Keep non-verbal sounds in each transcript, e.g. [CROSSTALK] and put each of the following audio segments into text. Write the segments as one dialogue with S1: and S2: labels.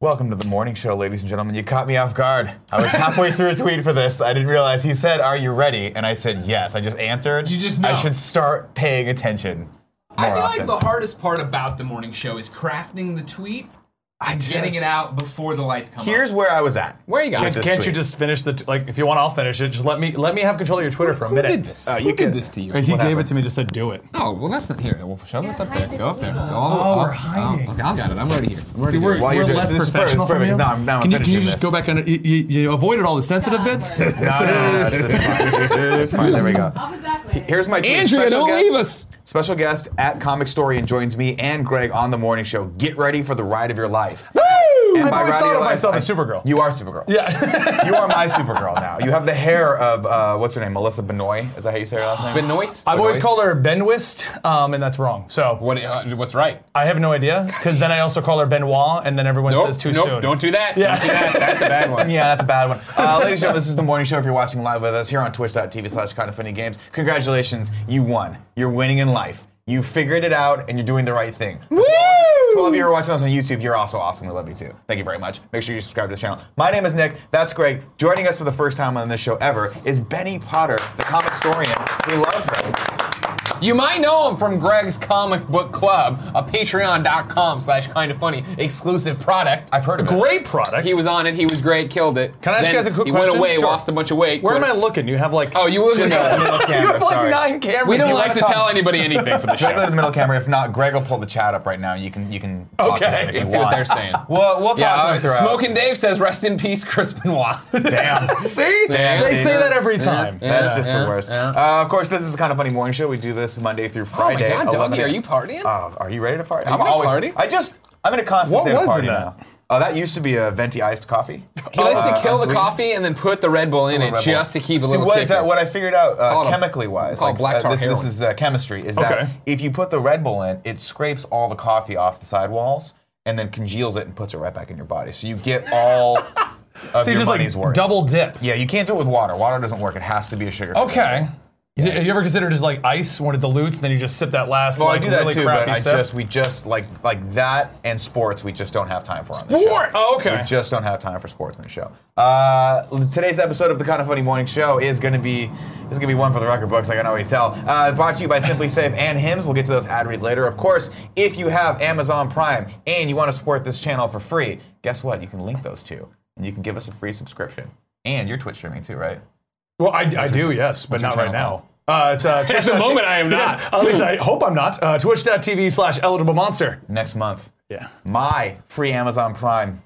S1: Welcome to the morning show, ladies and gentlemen. You caught me off guard. I was halfway through a tweet for this. I didn't realize he said, "Are you ready?" And I said, "Yes." I just answered.
S2: You just
S1: I
S2: know.
S1: should start paying attention.
S2: I
S1: more
S2: feel
S1: often.
S2: like the hardest part about the morning show is crafting the tweet and getting
S1: just-
S2: it out before the lights come
S1: Here's
S2: up.
S1: where I was at.
S2: Where you got
S1: with
S2: it?
S1: this
S3: Can't you
S1: tweet.
S3: just finish the t- like? If you want, I'll finish it. Just let me let me have control of your Twitter for a
S2: Who
S3: minute.
S2: did this?
S1: Uh,
S2: Who
S1: you
S2: did
S1: can-
S2: this to you?
S3: He
S1: What
S3: gave
S1: happened?
S3: it to me. Just said
S2: [LAUGHS]
S3: do it.
S2: Oh, well, that's not here. Well, shove this up there.
S4: hide it
S2: Go up there. Go
S4: illegal.
S2: all the way
S3: Oh,
S2: up.
S3: we're hiding.
S2: Oh, okay, I've got it. I'm already here. I'm already
S3: we're-
S2: here.
S1: While you're doing
S3: less
S1: this, this is perfect. This
S3: professional
S1: is perfect.
S3: from you?
S1: Now I'm, now I'm
S3: Can you,
S1: finishing
S3: can you just
S1: this.
S3: go back and you, you, you avoided all the sensitive [LAUGHS] bits?
S4: Stop.
S1: No, no, no, no, that's, that's [LAUGHS] fine. That's fine. There we go.
S4: I'll be back later.
S1: Here's my tweet.
S2: Andrea,
S1: Special
S2: don't
S1: guest-
S2: leave us.
S1: Special guest at Comic Story and joins me and Greg on the morning show. Get ready for the ride of your life.
S3: Woo!
S1: And
S3: I've
S1: by
S3: always
S1: ride
S3: thought
S1: your
S3: of
S1: life,
S3: myself
S1: I-
S3: as Supergirl.
S1: You are Supergirl.
S3: yeah.
S1: You are my Supergirl now. You have the hair of uh, what's her name, Melissa Benoist. Is that how you say her last name?
S2: Benoist.
S3: I've always
S1: Benoist.
S3: called her Benwist, um, and that's wrong. So
S2: What, uh, what's right?
S3: I have no idea because then I also call her Benoit, and then everyone says too
S2: nope,
S3: soon.
S2: Don't do that.
S3: Yeah.
S2: Don't do that. That's a bad
S1: [LAUGHS]
S2: one.
S1: Yeah, that's a bad one. Uh, ladies and gentlemen, this is the morning show. If you're watching live with us here on twitch.tv slash kind of funny games, congratulations, you won. You're winning in life. You figured it out and you're doing the right thing. Woo! 12 of you who are watching us on YouTube, you're also awesome. We love you too. Thank you very much. Make sure you subscribe to the channel. My name is Nick. That's Greg. Joining us for the first time on this show ever is Benny Potter, the comic historian. We love him.
S2: You might know him from Greg's Comic Book Club, a patreon.com slash kind of funny exclusive product.
S1: I've heard of it.
S3: Great product.
S2: He was on it. He was great. Killed it.
S3: Can I ask
S2: Then
S3: you guys a quick
S2: he
S3: question?
S2: went away,
S3: Sure.
S2: lost a bunch of weight.
S3: Where am
S2: quit-
S3: I looking? You have like
S2: Oh, you will
S1: Just
S2: just
S1: go to the middle
S3: you
S1: camera,
S3: have [LAUGHS] like
S1: sorry.
S3: nine
S2: [LAUGHS]
S3: cameras.
S2: We don't
S3: [LAUGHS]
S1: wanna
S2: like to
S1: talk-
S2: tell anybody anything for the
S1: Go to
S2: show.
S1: the middle camera. If not, Greg will pull the chat up right now. You can you can talk to
S3: Okay.
S1: them if you
S2: Let's see what
S1: want.
S2: they're saying.
S1: Well, we'll talk
S2: Yeah,
S1: to
S2: uh,
S1: him throughout.
S2: Smoking Dave says, rest in peace, Chris Benoit.
S1: Damn.
S3: See?
S2: Damn,
S3: they
S1: see?
S3: say that every time.
S1: That's just
S2: yeah,
S1: the worst.
S2: yeah.
S1: Uh, of course, this is the kind of funny morning show. We do this Monday through
S2: oh
S1: Friday.
S2: my god,
S1: 11
S2: Doggy, are
S1: a.m.
S2: you partying?
S1: Uh, are you ready to party?
S2: Are you
S1: I'm
S2: gonna
S1: always
S2: party?
S1: I just I'm in a constant
S3: What
S1: state of
S3: was
S1: party
S3: in
S1: now. Uh, that used to be a venti iced coffee. Uh,
S2: he likes to kill the
S1: unsweetened.
S2: coffee and then put the Red Bull in
S1: Red
S2: it
S1: Bull.
S2: just to keep a
S1: See,
S2: little
S1: what,
S2: kicker.
S1: I- what I figured out
S2: Call it
S1: uh,
S2: a-
S1: chemically wise,
S2: call it black
S1: uh,
S2: tar
S1: this, this
S2: heroin.
S1: is uh, chemistry, is
S3: Okay.
S1: that if you put the Red Bull in, it scrapes all the coffee off the sidewalls and then congeals it and puts it right back in your body. So you get
S2: [LAUGHS]
S1: all of
S3: So you
S1: your
S3: just
S1: money's
S3: like
S1: worth.
S3: double dip.
S1: Yeah, you can't do it with water. Water doesn't work. It has to be a sugar.
S3: Okay. You- Have you ever considered just like ice, one of the dilutes, and then you just sip that last
S1: Well,
S3: like
S1: I do that
S3: really
S1: too,
S3: crappy
S1: but I
S3: sip?
S1: just we just like like that and sports we just don't have time for on the show.
S2: Sports! Oh,
S3: okay.
S1: We just don't have time for sports on the show. Uh, today's episode of the Kind of Funny Morning Show is going to be this is going to be one for the record books. I can already tell. Uh, brought to you by Simply Safe and Hims. We'll get to those ad reads later. Of course, if you have Amazon Prime and you want to support this channel for free, guess what? You can link those two and you can give us a free subscription. And you're Twitch streaming too, right?
S3: well, I, I do, yes, but
S1: your
S3: not right
S1: channel
S3: now. Uh, it's, uh, [LAUGHS] At
S2: the moment, I am not.
S3: at least I hope I'm not. Uh, Twitch.tv slash eligible monster.
S1: Next month,
S3: Yeah.
S1: my free Amazon Prime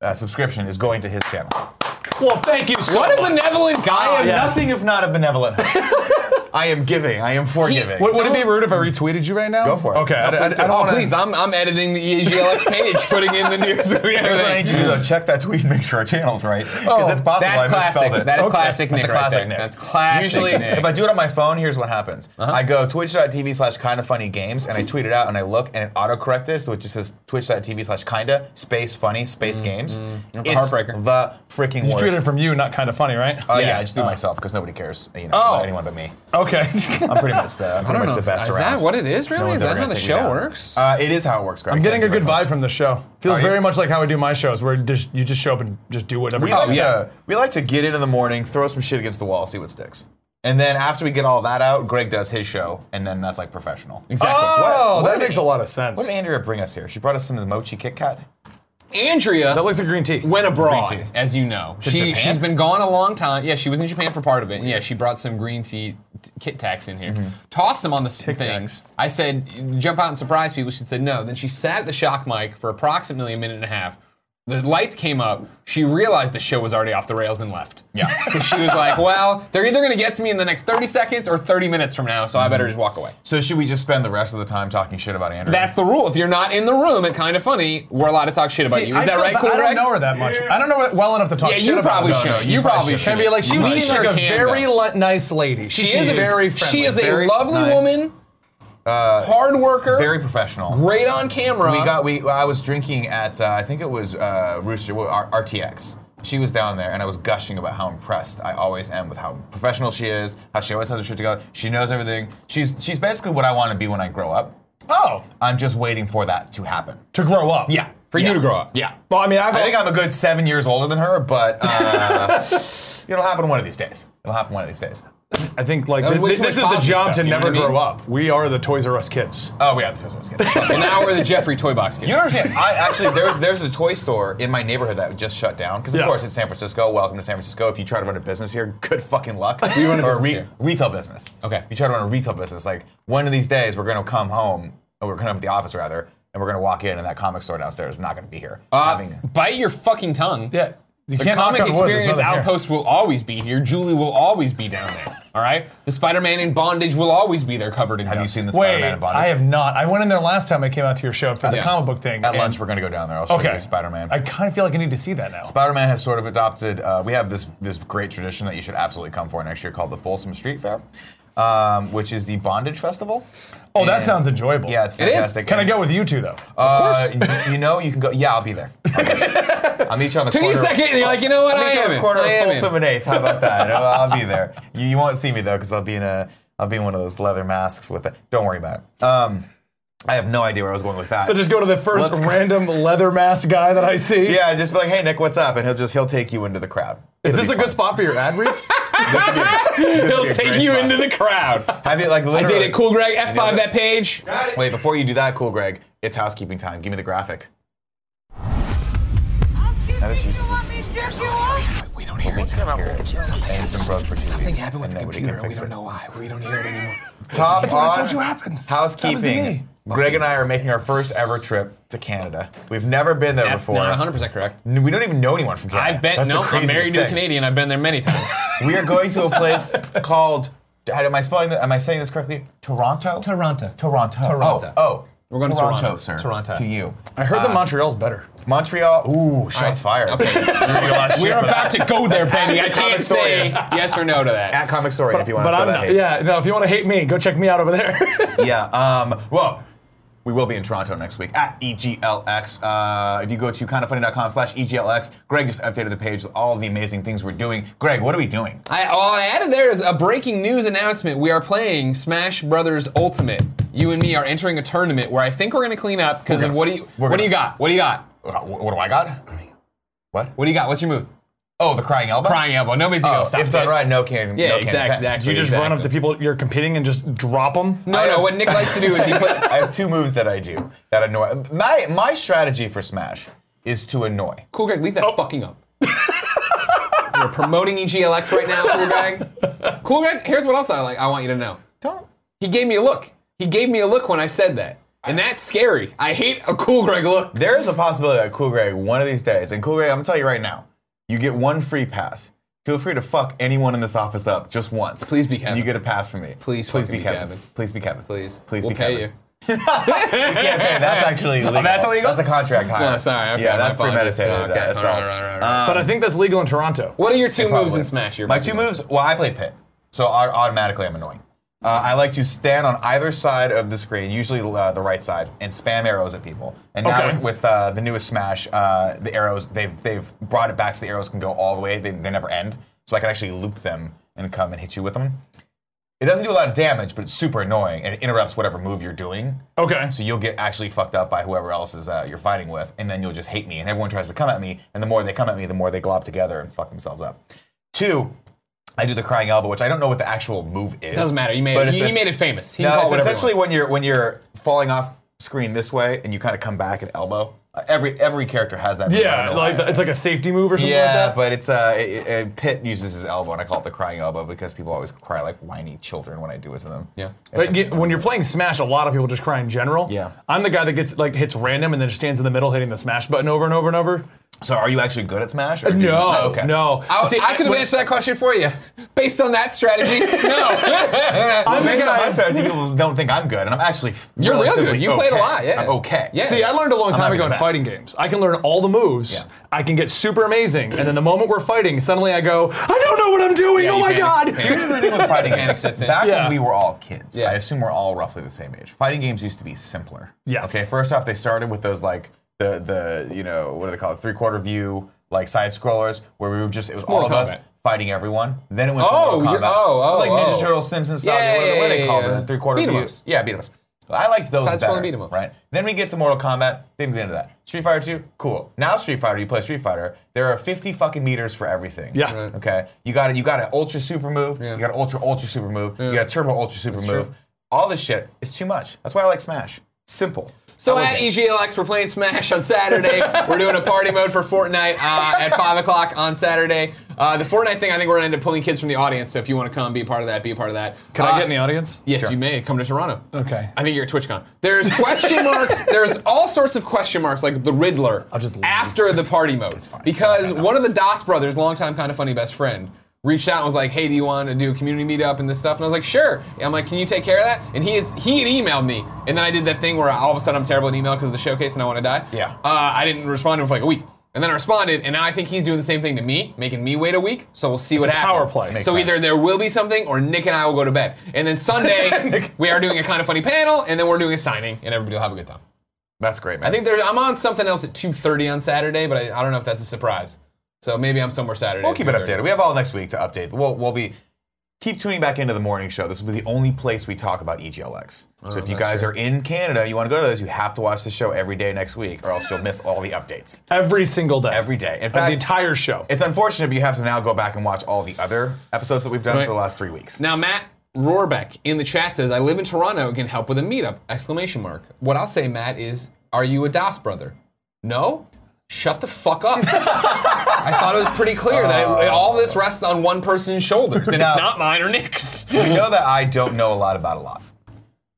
S1: uh, subscription is going to his channel.
S3: Well, thank you so
S2: what a
S3: much.
S2: benevolent
S1: I am
S2: guy.
S1: nothing if not a benevolent
S2: [LAUGHS]
S1: host. I am giving. I am forgiving.
S3: Would, would it be rude if I retweeted you right now?
S1: Go for it.
S3: Okay.
S1: No,
S3: I, I- I
S1: please do.
S3: don't
S1: Oh,
S3: wanna,
S2: Please, I'm, I'm editing the E EGLX page, putting in the news. and
S1: Here's what I
S2: everything.
S1: need you to do though. Check that tweet and make sure our channel's right. Because it's possible
S2: Oh, That's
S1: I misspelled
S2: classic.
S1: it.
S2: That is classic
S1: That's
S2: Nick
S1: a classic
S2: right there.
S1: Nick.
S2: That's classic
S1: Usually,
S2: Nick. Uh-huh.
S1: if I do it on my phone, here's what happens. I go twitch.tv slash kind of funny games and I tweet it out and I look and it autocorrected, so it just says twitch.tv slash kinda space funny space games. That's
S2: a Mm-hmm. heartbreaker.
S1: The freaking
S3: You
S1: worst.
S3: tweeted it from you, not kind of funny, right?
S1: Uh, yeah, I just do myself because nobody cares, you know,
S3: Oh.
S1: about anyone but me.
S3: okay.
S1: [LAUGHS] I'm pretty much
S2: [LAUGHS]
S1: the, I'm pretty much the best
S2: Is
S1: around.
S2: that what it is, really?
S1: No
S2: is
S1: one's
S2: that
S1: ever
S2: how
S1: gonna
S2: the
S1: take me
S2: show
S1: down.
S2: works?
S1: Uh, it is how it works, Greg.
S3: I'm getting a
S1: Thank you
S3: good
S1: very much.
S3: vibe from the show. Feels
S1: Are you?
S3: very much like how I do my shows, where just you just show up and just do whatever.
S1: We
S3: you
S1: like
S3: want.
S1: to we like to get in in the morning, throw some shit against the wall, see what sticks, and then after we get all that out, Greg does his show, and then that's like professional.
S2: exactly.
S3: Oh,
S1: What- what
S3: that
S1: did
S3: makes
S1: he-
S3: a lot of sense.
S1: What did Andrea bring us here? She brought us some of the mochi Kit Kat.
S2: Andrea
S3: That looks like green tea.
S2: went
S1: Green
S2: abroad,
S1: tea.
S2: as you know. She,
S1: Japan?
S2: she's been gone a long time. Yeah, she was in Japan for part of it. And yeah, she brought some green tea t- Kit Kats in
S3: Mm-hmm.
S2: here. Tossed them on the s- things. I said, jump out and surprise people. She said no. Then she sat at the shock mic for approximately a minute and a half. The lights came up. She realized the show was already off the rails and left. [LAUGHS]
S1: Yeah.
S2: Because she was like, well, they're either going to get to me in the next 30 seconds or 30 minutes from now, so I
S3: Mm-hmm.
S2: better just walk away.
S1: So should we just spend the rest of the time talking shit about Andrea?
S2: That's the rule. If you're not in the room at Kind of Funny, we're allowed to talk shit about
S3: See,
S2: you. Is
S3: I
S2: that
S3: feel
S2: right,
S3: ba-
S2: cool,
S3: I don't
S2: Greg?
S3: know her that much. I don't know her well enough to talk
S2: Yeah,
S3: shit
S2: you
S3: about
S2: probably
S3: her.
S1: Oh, No, no,
S2: shouldn't.
S1: you
S2: You
S1: probably
S2: probably
S1: shouldn't.
S2: shouldn't.
S3: Maybe like she
S2: You
S3: seems like
S2: sure
S3: a
S2: can,
S3: very
S2: though.
S3: li- nice lady.
S2: She is a
S3: very friendly.
S2: She is a
S1: Very
S2: lovely
S1: nice. uh,
S2: woman, hard worker,
S1: very professional.
S2: great on camera.
S1: We got we. well, I was drinking at uh, I think it was uh, Rooster well, R- RTX. She was down there, and I was gushing about how impressed I always am with how professional she is, how she always has her shit together. She knows everything. She's she's basically what I want to be when I grow up.
S3: oh,
S1: I'm just waiting for that to happen.
S3: to grow up.
S1: Yeah.
S2: for you to grow up.
S1: Yeah.
S4: Well, I mean, I've,
S1: I think I'm a good seven years older than her, but uh, it'll happen one of these days. It'll happen one of these days.
S4: I think like
S2: was
S4: this,
S2: way
S4: this
S2: too
S4: is
S2: much
S4: the
S2: positive
S4: job
S2: stuff,
S4: to
S2: you know
S4: never
S2: what I mean?
S4: grow up. We are the Toys R Us kids.
S1: Oh yeah, this was what I was kidding.
S2: And
S1: [LAUGHS]
S2: now we're the Jeffrey Toy Box kids.
S1: You don't understand. I actually there's there's a toy store in my neighborhood that just shut down because of
S4: Yeah.
S1: course it's San Francisco. Welcome to San Francisco. If you try to run a business here, good fucking luck.
S2: We run a
S1: or
S2: business here.
S1: retail business.
S2: Okay.
S1: If you try to run a retail business, like one of these days we're gonna come home, or we're gonna come to the office rather, and we're gonna walk in and that comic store downstairs is not gonna be here.
S2: Uh,
S1: Having-
S2: bite your fucking tongue.
S4: Yeah.
S3: You
S2: The
S3: can't knock
S2: comic
S3: on wood, there's
S2: experience
S3: nothing here.
S2: outpost will always be here. Julie will always be down there. All right. The Spider-Man in bondage will always be there, covered in
S1: have you
S2: dust.
S1: seen the
S3: Wait,
S1: Spider-Man in bondage?
S3: I have not. I went in there last time I came out to your show for the
S2: Yeah.
S3: comic book thing.
S1: At
S3: and-
S1: lunch we're gonna go down there. I'll show
S3: Okay.
S1: you Spider-Man.
S3: I kind of feel like I need to see that now.
S1: Spider Man has sort of adopted. Uh, we have this this great tradition that you should absolutely come for next year called the Folsom Street Fair, um, which is the Bondage Festival.
S3: oh, that
S1: And-
S3: sounds enjoyable.
S1: Yeah, it's
S2: It is.
S1: fantastic.
S3: Can I go with you two though?
S1: Uh, y- you know, you can go. Yeah, I'll be
S2: [LAUGHS]
S1: there. I'll, be there. I'll meet you on the
S2: Took you a
S1: corner.
S2: second, and you're like, you know what?
S1: I'll
S2: I
S1: meet you on
S2: am
S1: the
S2: in.
S1: corner
S2: I am
S1: of
S2: in.
S1: Folsom and Eighth. How about that? I'll, I'll be there. You, you won't see me though because I'll be in a I'll be in one of those leather masks with it. Don't worry about it. Um, I have no idea where I was going with that.
S4: So just go to the 1st
S1: Let's go.
S4: random leather mask guy that I see.
S1: yeah, just be like, hey Nick, what's up? And he'll just he'll take you into the crowd.
S4: Is
S1: It'll
S4: this
S1: be
S4: a good
S1: fun.
S4: spot for your ad
S2: [LAUGHS]
S4: reads?
S1: This would be a- this would be
S2: He'll
S1: a
S2: take
S1: great
S2: you
S1: spot.
S2: into the crowd.
S1: Have you like
S2: I
S1: literally?
S2: did it. Cool, Greg.
S1: And the
S2: F5
S1: other-
S2: that page.
S1: Wait, before you do that, cool, Greg. It's housekeeping time. Give me the graphic.
S5: Now
S1: this used to be-
S2: We don't hear it.
S1: Here it is. And it's been broke for two
S2: Something
S1: weeks,
S2: happened with
S1: and
S2: the
S1: nobody
S2: computer.
S1: can
S2: We
S1: fix
S2: don't
S1: it.
S2: know why. We don't hear it anymore.
S1: Top
S2: what I
S1: on
S2: told you happens. Happens to
S1: Housekeeping.
S2: me.
S1: Greg and I are making our first ever trip to Canada. We've never been there
S2: That's
S1: before.
S2: not 100 percent correct.
S1: N- We don't even know anyone from Canada.
S2: I've been
S1: That's the
S2: no. I'm
S1: craziest
S2: married to a
S1: thing.
S2: Canadian. I've been there
S1: [LAUGHS]
S2: many times.
S1: We are going to a
S2: [LAUGHS]
S1: place called. Am I spelling? th- Am I saying this correctly? Toronto.
S2: Toronto.
S1: Toronto.
S2: Toronto.
S1: Oh, oh.
S2: We're going to
S1: Toronto,
S2: Toronto.
S1: sir.
S2: Toronto.
S1: To you.
S4: I heard
S1: Ah.
S4: that Montreal's better.
S1: Montreal. Ooh, shots fired. [LAUGHS]
S2: Okay.
S1: You're gonna get a lot of shit
S2: We're
S1: for that.
S2: about to go there, Benny. I
S1: comic
S2: can't say
S1: story.
S2: yes or no to that.
S1: At Comic Story, if you want
S4: but
S1: to
S4: I'm
S1: that
S4: not,
S1: hate.
S4: yeah, no, if you want to hate me, go check me out over there. [LAUGHS]
S1: yeah. Um, well, we will be in Toronto next week at E EGLX. Uh, if you go to kindoffunny.com slash E EGLX, Greg just updated the page with all the amazing things we're doing. Greg, what are we doing?
S2: I, all I added there is a breaking news announcement. We are playing Smash Brothers Ultimate. You and me are entering a tournament where I think we're gonna clean up because of
S1: gonna-
S2: what do you
S1: we're
S2: what
S1: gonna-
S2: do you got? What do you got?
S1: Uh, wh- What do I got? What?
S2: What do you got? What's your move?
S1: Oh, the crying elbow?
S2: Crying elbow. Nobody's gonna
S1: Oh,
S2: stop
S1: if done
S2: it.
S1: right, no can.
S2: Yeah,
S1: no can
S2: exactly,
S1: affect.
S2: exactly.
S4: you just run up
S2: exactly.
S4: to people you're competing and just drop them.
S2: No, no. What Nick likes to do is he put.
S1: [LAUGHS] I have two moves that I do that annoy. My my strategy for Smash is to annoy.
S2: Cool Greg, leave that fucking up. We're promoting E EGLX right now, Cool Greg. Cool Greg, here's what else I like. I want you to know.
S1: Don't.
S2: He gave me a look. He gave me a look when I said that, and that's scary. I hate a Cool Greg look.
S1: There is a possibility that Cool Greg one of these days, and Cool Greg, I'm gonna tell you right now, you get one free pass. Feel free to fuck anyone in this office up just once.
S2: Please be
S1: And
S2: Kevin.
S1: you get a pass from me.
S2: Please
S1: please
S2: fucking
S1: be
S2: be
S1: Kevin.
S2: Kevin.
S1: Please be Kevin.
S2: Please,
S1: please
S2: we'll
S1: be
S2: pay
S1: Kevin. [LAUGHS]
S2: you.
S1: Yeah, man, that's actually illegal.
S2: [LAUGHS] that's illegal?
S1: That's a contract hire.
S2: No, Oh, sorry, I
S1: yeah,
S2: forgot my
S1: that's
S2: apologies.
S1: premeditated.
S2: Oh, okay.
S1: uh, assault.
S2: All right, all right, all right, all
S1: Um,
S4: But I think that's legal in Toronto.
S2: What are your two moves in
S1: Probably.
S2: Smash? You're
S1: My two moves. Well, I play pit, so I, automatically I'm annoying. Uh, I like to stand on either side of the screen, usually uh, the right side, and spam arrows at people. And now
S4: Okay.
S1: with, with uh, the newest Smash, uh, the arrows they've they've brought it back, so the arrows can go all the way. They, they never end, so I can actually loop them and come and hit you with them. It doesn't do a lot of damage, but it's super annoying, and it interrupts whatever move you're doing.
S4: Okay.
S1: So you'll get actually fucked up by whoever else is uh, you're fighting with, and then you'll just hate me. And everyone tries to come at me, and the more they come at me, the more they glob together and fuck themselves up. Two, I do the crying elbow, which I don't know what the actual move is.
S2: Doesn't matter. You made
S1: But
S2: it.
S1: it's
S2: He, he
S1: a-
S2: made it famous. He can
S1: No,
S2: call
S1: it's
S2: it whatever he
S1: essentially
S2: wants.
S1: when you're when you're falling off screen this way, and you kind of come back and elbow. Uh, Every every character has that. move. I don't
S4: Yeah,
S1: know
S4: like
S1: why.
S4: it's like a safety move or something
S1: yeah,
S4: like that.
S1: but it's uh, it, it, Pitt uses his elbow, and I call it the crying elbow because people always cry like whiny children when I do it to them.
S2: Yeah.
S1: It's
S4: But you- when you're playing Smash, a lot of people just cry in general.
S1: Yeah.
S4: I'm the guy that gets like hits random and then just stands in the middle hitting the Smash button over and over and over.
S1: So are you actually good at Smash? Or
S2: Uh,
S1: do you-
S4: No,
S1: Oh, okay.
S4: no.
S2: I,
S4: See,
S2: I could have
S4: when-
S2: answered that question for you, based on that
S4: [LAUGHS]
S2: strategy. No.
S4: I'm the
S1: Based on
S4: guy-
S1: my strategy, people don't think I'm good, and I'm actually f-
S2: [LAUGHS] You're real
S1: relatively
S2: good. You played a
S1: okay.
S2: lot, yeah.
S1: I'm okay.
S2: Yeah.
S4: See, I learned a long
S1: I'm
S4: time
S1: not
S4: ago
S1: the
S4: in
S1: best.
S4: fighting games. I can learn all the moves.
S1: Yeah.
S4: I can get super amazing, and then the moment we're fighting, suddenly I go, I don't know what I'm doing.
S2: Yeah,
S4: oh
S2: you
S4: my
S2: panic,
S4: god!
S2: panic.
S1: Here's the thing with
S2: [LAUGHS]
S1: fighting
S2: Panic
S1: games.
S2: sets in.
S1: Back
S4: Yeah.
S1: when we were all kids,
S2: Yeah.
S1: I assume we're all roughly the same age. Fighting games used to be simpler.
S4: Yes.
S1: Okay. First off, they started with those like the the you know what do they call it three quarter view like side scrollers where we were just it was all
S2: Mortal
S1: of us
S2: Kombat.
S1: fighting everyone. Then it went
S2: Oh,
S1: to Mortal
S2: you're-
S1: Kombat.
S2: oh,
S1: it was like
S2: oh,
S1: Ninja
S2: oh.
S1: Turtles, Simpsons style.
S2: Yeah,
S1: what, what
S2: yeah,
S1: do
S2: yeah,
S1: they call
S2: yeah,
S1: the
S2: yeah.
S1: three quarter
S2: Beat 'em
S1: view?
S2: ups.
S1: Yeah, beat 'em ups. I liked those
S2: Side-scrolling
S1: better,
S2: beat 'em up.
S1: right? Then we get to Mortal Kombat. Didn't get into that. Street Fighter 2, cool. Now Street Fighter, you play Street Fighter. There are 50 fucking meters for everything.
S4: Yeah.
S2: Right.
S1: Okay. You got it. You got an ultra super move.
S2: Yeah.
S1: You got an ultra ultra super move. You got a turbo ultra super move.
S2: true.
S1: All this shit is too much. That's why I like Smash. Simple.
S2: So
S1: I love
S2: at E
S1: it.
S2: EGLX, we're playing Smash on Saturday. we're doing a party mode for Fortnite uh, at 5 o'clock on Saturday. Uh, the Fortnite thing, I think we're going to end up pulling kids from the audience. So if you want to come, be a part of that, be a part of that.
S4: Can I
S2: Uh,
S4: get in the audience?
S2: Yes, you may. Come to Toronto.
S4: Okay.
S2: I think you're at TwitchCon. There's question [LAUGHS] marks. there's all sorts of question marks, like the Riddler. I'll
S4: just leave.
S2: after the party mode, because one of the Das brothers, longtime kind of funny best friend, reached out and was like, "Hey, do you want to do a community meetup and this stuff?" And I was like, "Sure." And I'm like, "Can you take care of that?" And he had, he had emailed me, and then I did that thing where all of a sudden I'm terrible at email because of the showcase and I want to die.
S1: Yeah.
S2: Uh, I didn't respond to him for like a week. And then I responded, and now I think he's doing the same thing to me, making me wait a week. So we'll see what
S4: a power
S2: happens.
S4: play. Makes
S2: So
S1: sense.
S2: either there will be something, or Nick and I will go to bed. And then
S1: [LAUGHS]
S2: Sunday, we are doing a kind of funny panel, and then we're doing a signing, and everybody will have a good time.
S1: That's great, man.
S2: I think there, I'm on something else at 2:30 on Saturday, but I, I don't know if that's a surprise. So maybe I'm somewhere Saturday.
S1: We'll
S2: at
S1: keep it
S2: 2:30.
S1: updated. We have all next week to update. We'll, we'll be keep tuning back into the morning show. This will be the only place we talk about E EGLX. So if you
S2: Oh, that's
S1: guys
S2: true.
S1: are in Canada, you want to go to this, you have to watch the show every day next week, or else you'll miss all the updates
S4: Every single day.
S1: every day. In
S4: Of the
S1: fact,
S4: entire show.
S1: it's unfortunate, but you have to now go back and watch all the other episodes that we've done
S2: Right.
S1: for the last three weeks.
S2: Now Matt Rohrbeck in the chat says, "I live in Toronto. Can help with a meetup!" Exclamation mark. What I'll say, Matt, is, "Are you a Das brother?" No. Shut the fuck
S1: [LAUGHS]
S2: up. I thought it was pretty clear that
S1: Oh.
S2: it, all this rests on one person's shoulders, and
S1: Now-
S2: it's not mine or Nick's.
S1: you know that I don't know a lot about a lot.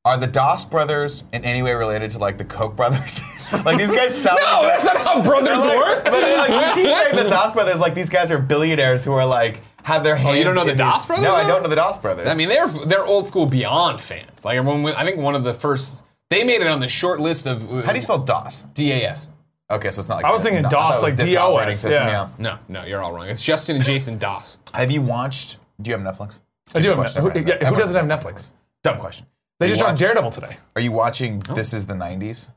S1: Are the Doss brothers in any way related to like the Koch brothers? [LAUGHS] like these guys sound.
S2: No, that's not Oh, how brothers
S1: They're like- [LAUGHS]
S2: work.
S1: But they're like, you keep saying the Doss brothers, like these guys are billionaires who are like have their hands.
S2: Oh, don't know
S1: in
S2: the Doss brothers,
S1: No, I
S2: though?
S1: don't know the Doss brothers.
S2: I mean, they're they're old school Beyond fans. Like everyone, I think one of the first they made it on the short list of uh,
S1: how do you spell Doss?
S2: DAS?
S1: Okay, so it's not like
S4: I was thinking
S1: I thought
S4: DOS,
S1: it was
S4: like
S1: disk
S4: DOS,
S1: operating system,
S4: yeah.
S2: No, no, you're all wrong. It's Justin and Jason Das.
S1: Have you watched? Do you have Netflix?
S4: I do have
S1: question,
S4: Netflix.
S1: everyone's
S4: Who, yeah, who
S1: Netflix.
S4: doesn't have Netflix?
S1: Dumb question.
S4: They just dropped
S1: watch,
S4: Daredevil today.
S1: Are you watching
S2: Oh.
S1: This Is the '90s?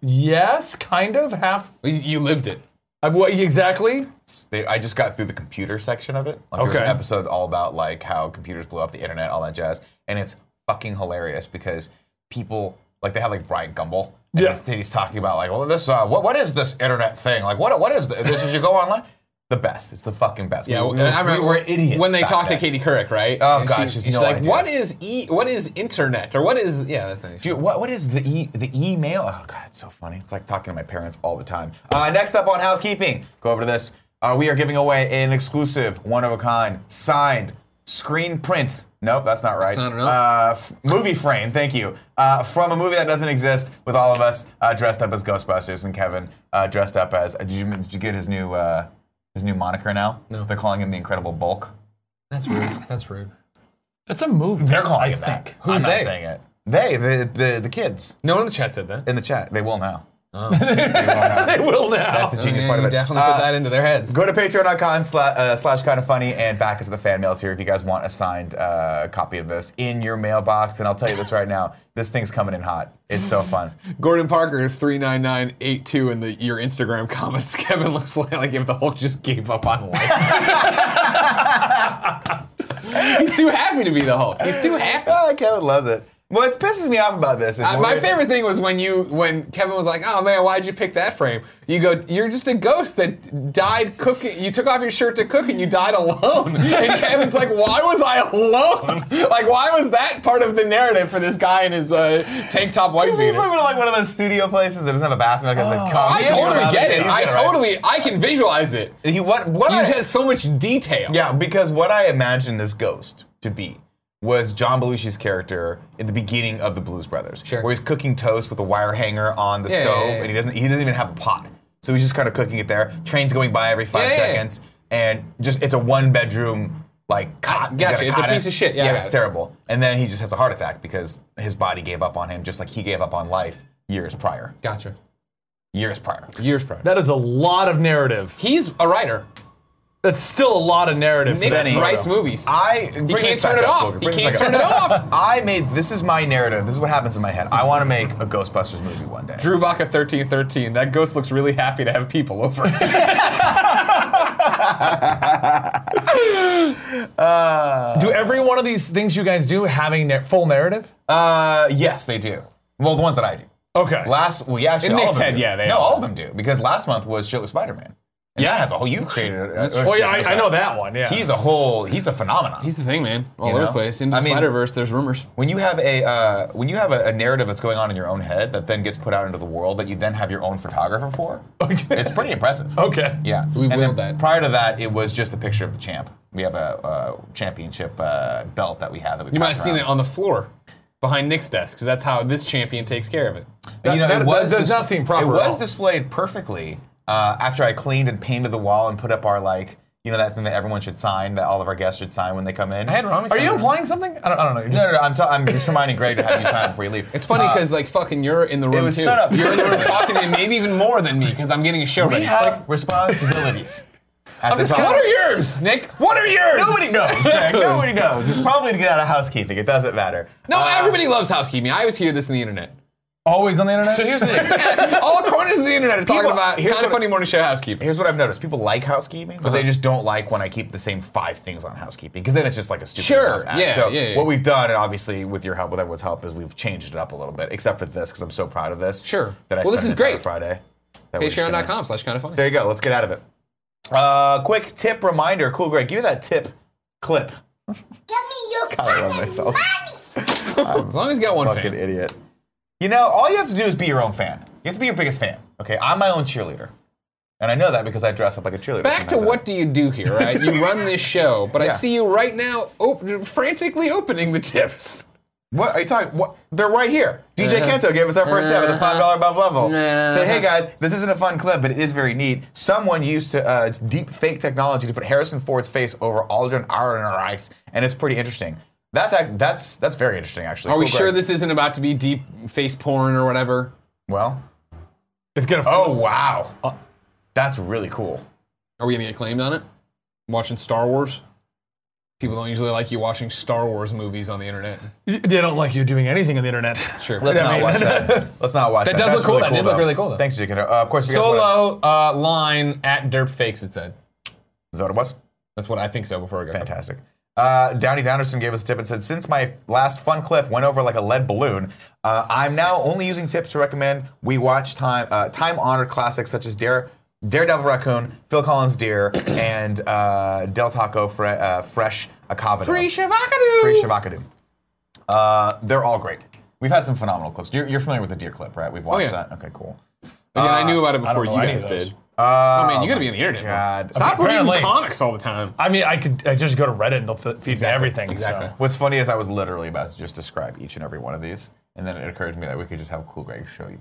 S4: Yes, kind of, half.
S2: You- You lived it.
S4: I, what, exactly?
S1: They, I just got through the computer section of it. Like there's
S4: Okay.
S1: an episode all about like how computers blew up the internet, all that jazz, and it's fucking hilarious because people like they have like Brian Gumble. And
S4: Yeah.
S1: he's, he's talking about like, well, this uh, what what is this internet thing? Like, what what is th- this? Is you go online? The best. It's the fucking best.
S2: Yeah,
S1: we,
S2: well, I remember
S1: we were idiots
S2: when they
S1: back
S2: talked
S1: then.
S2: to Katie Couric, right?
S1: Oh,
S2: And
S1: God,
S2: she-
S1: she has
S2: she's
S1: no
S2: like,
S1: idea.
S2: "What is e? What is internet? Or what is yeah? That's nice.
S1: Dude, what, what is the e the email? Oh god, it's so funny. It's like talking to my parents all the time. Uh, next up on housekeeping, go over to this. Uh, we are giving away an exclusive, one of a kind, signed screen print. Nope, that's not right.
S2: not enough.
S1: uh, f- movie frame. Thank you. Uh, from a movie that doesn't exist, with all of us uh, dressed up as Ghostbusters and Kevin uh, dressed up as. Uh, did, you, did you get his new uh, his new moniker now? No. They're calling him the Incredible Bulk.
S2: That's rude. That's rude.
S4: It's a movie.
S1: They're calling him that.
S2: Who's
S1: I'm not
S2: they?
S1: saying it. They, the, the the kids
S2: No one in the chat said that.
S1: in the chat. They will now. They will now.
S4: They will now.
S1: That's the genius
S2: Yeah,
S1: part of
S2: you
S1: it.
S2: Mm, definitely
S1: Uh,
S2: put that into their heads.
S1: Go to patreon.com slash, uh, slash kind of funny and back us at the fan mail tier if you guys want a signed uh, copy of this in your mailbox. And I'll tell you this right now this thing's coming in hot. It's so
S2: [LAUGHS]
S1: fun.
S2: Gordon Parker three nine nine eight two in the your Instagram [LAUGHS] comments. Kevin looks like, like if the Hulk just gave up on life. [LAUGHS] He's too happy to be the Hulk. He's too happy.
S1: oh, Kevin loves it. What pisses me off about this is
S2: Uh,
S1: when
S2: my
S1: we-
S2: favorite thing was when you when Kevin was like, "Oh man, why'd you pick that frame?" You go, "You're just a ghost that died cooking. You took off your shirt to cook, and you
S1: [LAUGHS]
S2: died alone." and Kevin's like, "Why was I alone? like, why was that part of the narrative for this guy in his uh, tank top white
S1: He's living in
S2: beater?"
S1: like one of those studio places that doesn't have a bathroom. Like I said, come
S2: Oh. I
S1: here,
S2: totally
S1: love
S2: get it.
S1: You
S2: I
S1: right?
S2: totally, I can visualize it.
S1: He, what, what
S2: You
S1: I-
S2: just has so much detail.
S1: Yeah, because what I imagined this ghost to be was John Belushi's character in the beginning of the Blues Brothers,
S2: Sure.
S1: where he's cooking toast with a wire hanger on the
S2: Yeah, yeah,
S1: stove,
S2: yeah, yeah.
S1: and he doesn't he doesn't even have a pot, so he's just kind of cooking it there. Trains going by every five
S2: Yeah, yeah, yeah.
S1: seconds, and just it's a one bedroom like cot. he's got
S2: gotcha, it's a
S1: cottage.
S2: piece of shit, yeah, I got
S1: it's
S2: it.
S1: terrible. And then he just has a heart attack because his body gave up on him, just like he gave up on life years prior.
S2: Gotcha.
S1: Years prior.
S2: Years prior.
S4: That is a lot of narrative.
S2: He's a writer.
S4: That's still a lot of narrative. for
S2: Nick
S4: that
S1: Benny.
S4: photo.
S2: writes movies.
S1: I
S2: he can't turn it off. He can't turn it off.
S1: [LAUGHS] I made this is my narrative. This is what happens in my head. I want to make a Ghostbusters movie one day. [LAUGHS]
S2: [LAUGHS] Drew Baca 1313. That ghost looks really happy to have people over.
S3: do every one of these things you guys do have a na- full narrative?
S1: Uh, yes, they do. Well, the ones that I do.
S3: Okay.
S1: Last, well, yeah, actually, all
S2: Nick's
S1: of them
S2: head,
S1: do.
S2: yeah, they
S1: no,
S2: all
S1: all of them do because last month was Chiller Spider-Man. And yeah, that has a whole. You created. a- or
S2: Oh,
S3: well, yeah,
S1: excuse
S3: I,
S1: me,
S3: I know that one. Yeah.
S1: He's a whole. He's a phenomenon.
S2: He's the thing, man. All
S1: You
S2: over
S1: know?
S2: the place. In
S1: I
S2: the
S1: mean-
S2: Spider Verse, there's rumors.
S1: when you have a uh, when you have a, a narrative that's going on in your own head that then gets put out into the world that you then have your own photographer for.
S3: Okay.
S1: It's pretty impressive.
S3: okay.
S1: Yeah.
S2: We
S1: and then
S2: willed that.
S1: Prior to that, it was just the picture of the champ. We have a, uh championship uh, belt that we have. That we
S2: You might
S1: pass
S2: have seen
S1: around.
S2: it on the floor behind Nick's desk, because that's how this champion takes care of it.
S1: But,
S3: That- that- that does not seem proper
S1: It
S3: at
S1: was
S3: all.
S1: displayed perfectly uh, after I cleaned and painted the wall and put up our like, you know, that thing that everyone should sign, that all of our guests should sign when they come in.
S2: I had Rami.
S3: Are
S2: sign
S3: you
S2: it.
S3: implying something? I don't, I don't know. You're
S1: no, no,
S3: just,
S1: no. I'm, so, I'm just reminding Greg to have you sign it before you leave.
S2: It's funny because like fucking you're in the room
S1: Uh, was
S2: too.
S1: set up.
S2: You're in the
S1: [LAUGHS]
S2: room talking to me, maybe even more than me because I'm getting a show
S1: we
S2: ready.
S1: have
S2: [LAUGHS]
S1: responsibilities. At the
S3: just
S1: top.
S2: what are yours, Nick? What are yours?
S1: Nobody knows,
S2: [LAUGHS]
S1: Greg. Nobody knows. It's probably to get out of housekeeping. It doesn't matter.
S2: No,
S1: Uh,
S2: everybody loves housekeeping. I always hear this on the internet.
S3: always on the internet.
S1: So
S2: [LAUGHS]
S1: here's the thing.
S2: All corners of the internet are talking
S1: People-
S2: about
S1: here's
S2: kind of
S1: what-
S2: funny morning show housekeeping.
S1: Here's what I've noticed: people like housekeeping, but
S2: Uh-huh.
S1: they just don't like when I keep the same five things on housekeeping because then it's just like a stupid
S2: Sure,
S1: house act.
S2: yeah,
S1: so
S2: yeah, yeah.
S1: what we've done, and obviously with your help, with everyone's help, is we've changed it up a little bit. Except for this, because I'm so proud of this.
S2: Sure.
S1: That I
S2: Well, this
S1: spent
S2: is
S1: an entire
S2: great.
S1: Friday. that we're just gonna-
S2: Patreon.com slash kind of funny.
S1: There you go. Let's get out of it. Uh, quick tip reminder. Cool, Greg. Give me that tip clip.
S5: Give me your
S1: I love
S5: fucking
S1: myself.
S5: money.
S2: As long as you got one
S1: Fucking
S2: fan.
S1: idiot. You know, all you have to do is be your own fan. You have to be your biggest fan. Okay, I'm my own cheerleader, and I know that because I dress up like a cheerleader.
S2: Back to
S1: sometimes.
S2: what do you do here, right? You run this show, but I
S1: Yeah.
S2: see you right now op- frantically opening the tips.
S1: What are you talking? What? They're right here. DJ Kento gave us our 1st tip at the five dollar above level.
S2: Uh-huh.
S1: Say, hey guys, this isn't a fun clip, but it is very neat. Someone used to uh, it's deep fake technology to put Harrison Ford's face over Aldrin Ehrenreich's, and it's pretty interesting. That's ac- that's that's very interesting actually.
S2: Are we
S1: Cool,
S2: sure
S1: Greg.
S2: this isn't about to be deep face porn or whatever?
S1: Well,
S3: it's gonna.
S1: oh wow,
S2: Uh,
S1: that's really cool.
S2: Are we gonna get claimed on it? Watching Star Wars? People don't usually like you watching Star Wars movies on the internet.
S3: Y- They don't like you doing anything on the internet.
S2: Sure.
S1: Let's
S3: Yeah,
S1: not
S3: I mean-
S1: watch that. Let's not watch that.
S2: [LAUGHS] That does
S1: That's
S2: look cool. That did look
S1: though.
S2: really cool, though.
S1: Thanks, Jake. Uh, of course, if you guys wanna-
S2: Solo uh, line at derp fakes. It said.
S1: Is that what it was?
S2: That's what I think so. Before I go.
S1: Fantastic. Uh, Downey Downerson gave us a tip and said, since my last fun clip went over like a lead balloon, uh, I'm now only using tips to recommend we watch time uh, time honored classics such as Dare, Daredevil Raccoon, Phil Collins
S2: [COUGHS]
S1: Deer, and uh, Del Taco Fre- uh, Fresh Acavado.
S2: Free Shavakadu.
S1: Free Shavakadu. Uh, they're all great. We've had some phenomenal clips. You're, you're familiar with the deer clip, right? We've watched
S2: Oh, yeah.
S1: that. Okay, cool.
S2: Again,
S1: Uh,
S2: I knew about it
S3: I
S2: before
S3: don't
S2: you
S3: know any of
S2: guys
S3: those.
S2: did. oh man, you gotta be on the internet. bro.
S1: God.
S2: Stop
S3: Okay,
S2: reading
S3: apparently-
S2: comics all the time.
S3: I mean, I could I just go to Reddit and they'll f- feed me everything.
S2: Exactly.
S3: So.
S1: What's funny is I was literally about to just describe each and every one of these, and then it occurred to me that we could just have Cool Greg show you.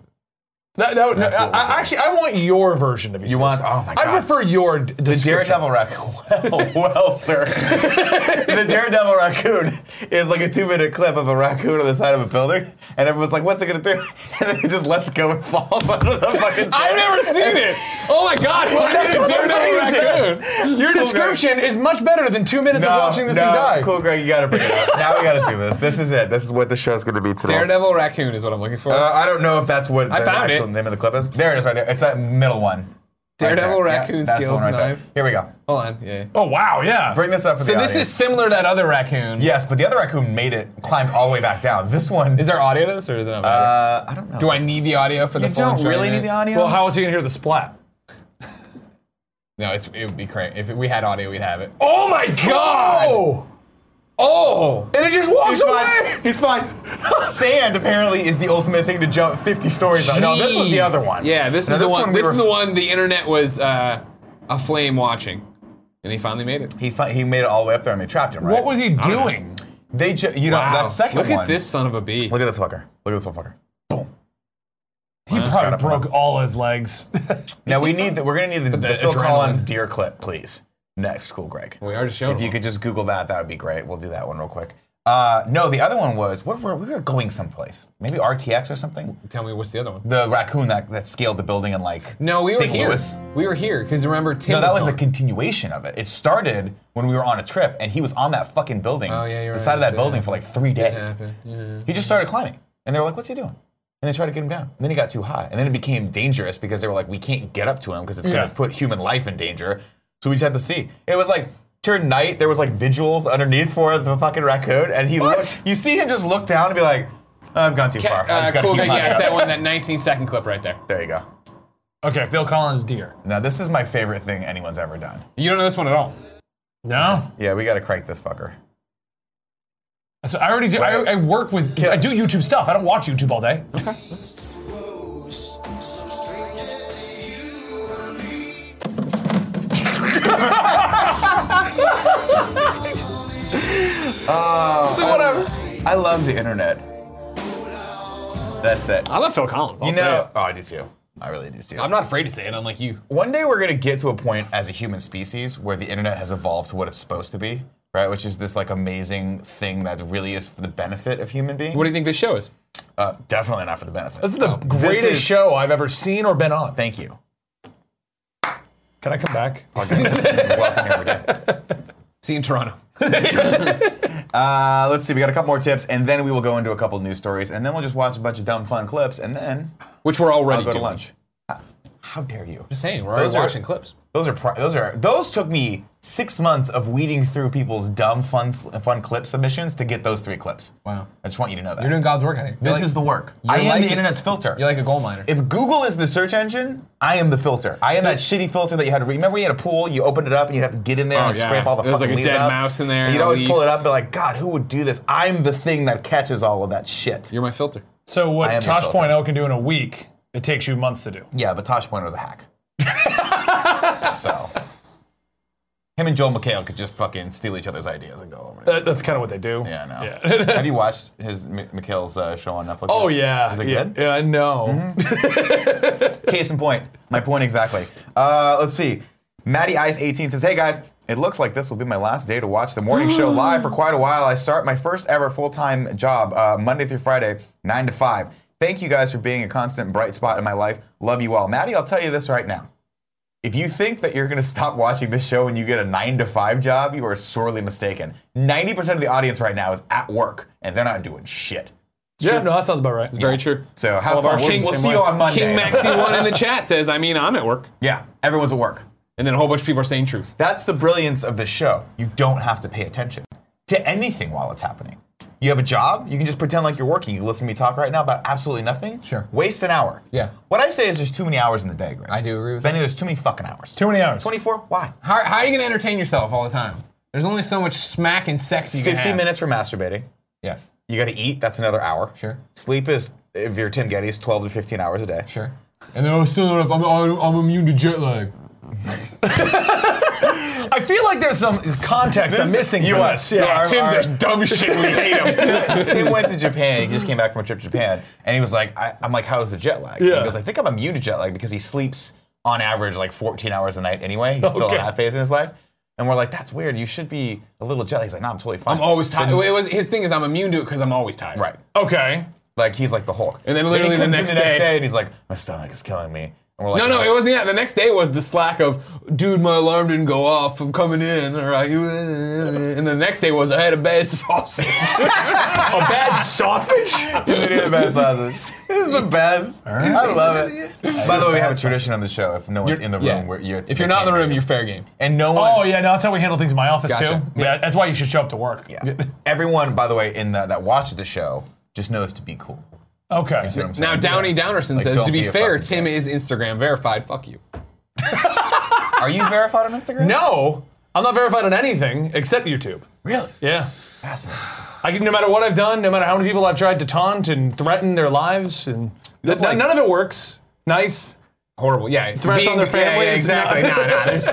S3: That, that,
S1: That's
S3: I,
S1: what we're
S3: I-
S1: doing.
S3: actually, I want your version of each.
S1: You want? Oh my god!
S3: I prefer your d-
S1: the
S3: description.
S1: Daredevil Raccoon. [LAUGHS] Well, well, sir. the Daredevil Raccoon is like a two-minute clip of a raccoon on the side of a building, and everyone's like, "What's it gonna do?" [LAUGHS] And then it just lets go and falls [LAUGHS] onto the fucking.
S2: I've
S1: sand. [LAUGHS]
S2: never seen it. Oh my god! Why did
S3: That's what I'm
S2: Daredevil
S3: saying.
S2: Raccoon?
S3: Your
S1: Cool,
S3: description is much better than two minutes
S1: No,
S3: of watching this
S1: no,
S3: thing die.
S1: Cool Greg, you gotta bring it up. now we gotta do this. This is it. This is what the show's gonna be today.
S2: Daredevil Raccoon is what I'm looking for.
S1: Uh, I don't know if that's what the
S2: found
S1: actual
S2: it.
S1: name of the clip is. There it is, right there. It's that middle one. Right
S2: Daredevil
S1: there. Yeah,
S2: Raccoon
S1: that's the
S2: Skills
S1: one right there.
S2: Knife.
S1: Here we go.
S2: Hold on. Yeah.
S3: Oh wow, yeah.
S1: Bring this up for
S2: So
S1: the
S2: this is
S1: audience.
S2: similar to that other raccoon.
S1: yes, but the other raccoon made it, climbed all the way back down. This one
S2: Is there audio to this or is it not? matter?
S1: Uh, I don't know.
S2: Do I need the audio for the
S1: You
S2: full
S1: don't really
S2: enjoyment?
S1: need the audio.
S3: well, how else are you gonna hear the splat?
S2: No, it's, it would be great. If we had audio, we'd have it.
S3: Oh my god!
S2: Oh!
S3: And it just walks
S1: He's
S3: away.
S1: fine. He's
S2: [LAUGHS]
S1: fine. Sand apparently is the ultimate thing to jump 50 stories on. Oh, No, this was the
S2: Jeez.
S1: other one.
S2: Yeah, this
S1: No,
S2: is the one.
S1: we
S2: this
S1: were-
S2: is the one the internet was uh, aflame watching, and he finally made it.
S1: He fi- he made it all the way up there and they trapped him. Right?
S3: What was he
S2: don't know.
S3: doing?
S1: They ju- you know
S2: Wow.
S1: that second
S2: Look
S1: one.
S2: at this son of a bee.
S1: Look at this fucker. Look at this little fucker. Boom.
S3: He
S1: got
S3: probably
S1: up and
S3: broke all
S2: [LAUGHS]
S3: his legs.
S1: Now we need that. We're gonna need the, the,
S2: the
S1: Phil
S2: adrenaline-
S1: Collins deer clip, please. Next, cool, Greg.
S2: we are just showing.
S1: If you
S2: him.
S1: could just Google that, that would be great. We'll do that one real quick. Uh, no, the other one was where were we were going someplace. Maybe RTX or something.
S2: Tell me what's the other one?
S1: The raccoon that, that scaled the building in like
S2: No, we were
S1: St.
S2: here.
S1: Louis.
S2: We were here because remember Tim.
S1: No, that was the
S2: gone.
S1: continuation of it. It started when we were on a trip, and he was on that fucking building,
S2: Oh, yeah, you're
S1: the
S2: right.
S1: side of that
S2: Yeah,
S1: building
S2: yeah.
S1: for like three days.
S2: Yeah, yeah.
S1: He just started climbing, and they were like, "What's he doing?" And they tried to get him down. And then he got too high, and then it became dangerous because they were like, "We can't get up to him because it's going
S3: Yeah.
S1: to put human life in danger." So we just had to see. It was like turn night. There was like vigils underneath for the fucking raccoon, and he looked. You see him just look down and be like, "Oh, "I've gone too far. I
S2: Uh,
S1: just gotta
S2: cool,
S1: keep
S2: yeah,
S1: my
S2: it's
S1: head
S2: that [LAUGHS]
S1: up."
S2: one, that 19 second clip right there.
S1: There you go.
S3: Okay, Phil Collins, deer.
S1: Now this is my favorite thing anyone's ever done.
S2: You don't know this one at all.
S3: No,
S1: Yeah, we gotta crank this fucker.
S3: so I already do. I, I work with. I do YouTube stuff. I don't watch YouTube all day.
S1: I love the internet. That's it.
S4: I love Phil Collins. I'll
S1: You
S4: say
S1: know, oh, I do too. I really do too.
S2: I'm not afraid to say it, unlike you.
S1: One day we're gonna get to a point as a human species where the internet has evolved to what it's supposed to be, right? Which is this like amazing thing that really is for the benefit of human beings.
S2: What do you think this show is?
S1: Uh, definitely not for the benefit.
S4: This is
S2: Oh.
S4: the
S1: This
S4: greatest
S1: is-
S4: show I've ever
S3: Ever seen or been on?
S1: Thank you.
S3: Can I come back?
S1: Welcome here every day.
S2: [LAUGHS] See you in [LAUGHS] Toronto.
S1: Uh, let's see. We got a couple more tips, and then we will go into a couple news stories, and then we'll just watch a bunch of dumb fun clips, and then
S2: Which we're already
S1: I'll go to
S2: doing.
S1: lunch. Ah, How dare you?
S2: Just saying, we're already
S1: Those are-
S2: watching clips.
S1: Those are pri- those are those took me six months of weeding through people's dumb fun s- fun clip submissions to get those three clips.
S2: Wow.
S1: I just want you to know that.
S2: You're doing God's work, I think.
S1: this is the work. I am
S2: like
S1: the
S2: it.
S1: internet's filter.
S2: You're like a gold miner.
S1: if Google is the search engine, I am the filter. I am that shitty filter that you had to remember. You had a pool, you opened it up, and you would have to get in there
S2: Oh,
S1: and
S2: yeah.
S1: scrape all the
S2: There was,
S1: fucking
S2: like, a
S1: leaves
S2: dead
S1: out.
S2: mouse in there
S1: And you'd
S2: and a
S1: always pull
S2: leaf.
S1: it up, and be like, God, who would do this? I'm the thing that catches all of that shit.
S2: You're my filter.
S3: So
S1: I am
S3: what
S1: your
S3: Tosh
S1: filter.
S3: Point O can do in a week, it takes you months to do.
S1: yeah, but Tosh Point was a hack. [LAUGHS] so. Him and Joel McHale could just fucking steal each other's ideas and go over it.
S3: That, that's kind of what they do.
S1: Yeah, no.
S3: Yeah. [LAUGHS]
S1: Have you watched his M- McHale's uh, show on Netflix?
S4: Oh yeah,
S1: Is it
S4: yeah,
S1: good? Mm-hmm.
S4: Yeah, I know.
S1: Case in point. My point exactly. Uh, let's see. Maddie Ice 18 says, "Hey guys, it looks like this will be my last day to watch the morning
S4: [GASPS]
S1: show live for quite a while. I start my first ever full-time job uh, Monday through Friday, nine to five. Thank you guys for being a constant bright spot in my life. Love you all, Maddie. I'll tell you this right now." If you think that you're going to stop watching this show and you get a nine to five job, you are sorely mistaken. 90% of the audience right now is at work and they're not doing shit.
S4: Yeah, no,
S3: that sounds about right.
S2: Very true.
S1: So have
S4: of our
S1: fun. We'll,
S4: kings
S1: we'll
S4: and
S1: see you
S4: what-
S1: on Monday.
S2: King Maxi [LAUGHS] one in the chat says, I mean, I'm at work.
S1: Yeah, everyone's at work.
S2: And then a whole bunch of people are saying truth.
S1: That's the brilliance of the show. You don't have to pay attention to anything while it's happening. You have a job, you can just pretend like you're working. You can listen to me talk right now about absolutely nothing.
S2: Sure.
S1: Waste an hour.
S2: Yeah.
S1: What I say is there's too many hours in the day, Greg.
S2: I do agree with
S1: Benny, there's too many fucking hours.
S3: Too many hours.
S1: 24? Why?
S2: How, how are you going to entertain yourself all the time? There's only so much smack and sex you can
S1: 15
S2: have.
S1: minutes for masturbating.
S2: Yeah.
S1: You got to eat, that's another hour.
S2: Sure.
S1: Sleep is, if you're Tim Getty, is 12 to 15 hours a day.
S2: Sure. And then I was still not enough. I'm, I'm, I'm immune to jet lag.
S3: I feel like there's some context I'm missing.
S1: You
S3: from
S1: are.
S3: this.
S1: So our-
S2: Tim's
S1: our-
S2: a dumb shit. We hate him.
S1: Tim went to Japan. [LAUGHS] He
S2: [LAUGHS]
S1: just came back from a trip to Japan, and he was like, I, "I'm like, how's the jet lag?" And
S4: Yeah.
S1: He goes, "I think I'm immune to jet lag because he sleeps on average like 14 hours a night anyway. He's still in
S4: Okay.
S1: that phase in his life." And we're like, "That's weird. You should be a little jet." lag." He's like, "No, I'm totally fine."
S2: I'm always tired. It was his thing is I'm immune to it because I'm always tired.
S1: right.
S4: [LAUGHS] Okay.
S1: Like he's like the Hulk.
S2: And then
S1: he
S2: literally the
S1: comes in
S2: next
S1: the next
S2: day-
S1: day, and he's like, "My stomach is killing me." And we're like,
S2: No, no, it
S1: [LAUGHS] was.
S2: wasn't that. The next day was the slack of, dude, my alarm didn't go off. I'm coming in. All right. And the next day was, I had a bad [LAUGHS] sausage.
S4: A bad sausage.
S1: the best
S2: [LAUGHS]
S1: sausage. This is the best. I love it. By the way, we have a tradition on the show. If no one's in the room,
S2: Yeah.
S1: we're, you have to
S2: if you're
S1: take
S2: not in the
S1: hand.
S2: room, you're fair game.
S1: and no one.
S3: Oh yeah, no, that's how we handle things in my office
S2: Gotcha.
S3: too. Yeah, that's why you should show up to work.
S1: Yeah. Everyone, by the way, in the, that watches the show just knows to be cool.
S3: Okay.
S1: You know what I'm
S2: Now,
S1: saying?
S2: Downey Downerson
S1: Like,
S2: says,
S1: don't
S2: to be,
S1: be a
S2: fair,
S1: fucking
S2: Tim is Instagram verified. Fuck you.
S1: Are
S2: [LAUGHS]
S1: you verified on Instagram?
S4: No, I'm not verified on anything except YouTube.
S1: Really?
S4: Yeah.
S1: Fascinating.
S4: I can, no matter what I've done, no matter how many people I've tried to taunt and threaten their lives, and th-
S1: like-
S4: none of it works. Nice.
S2: Horrible. Yeah.
S4: Threats on their
S2: Yeah, yeah,
S4: families.
S2: exactly. no,
S4: [LAUGHS]
S2: no. There's,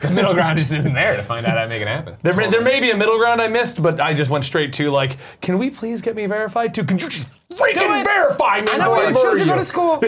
S2: the middle ground just isn't there to find out how to make it happen.
S4: There, may, there may be a middle ground I missed, but I just went straight to like, can we please get me verified too? Can you just freaking
S1: it.
S4: verify me? I
S1: know where your children go to
S2: school.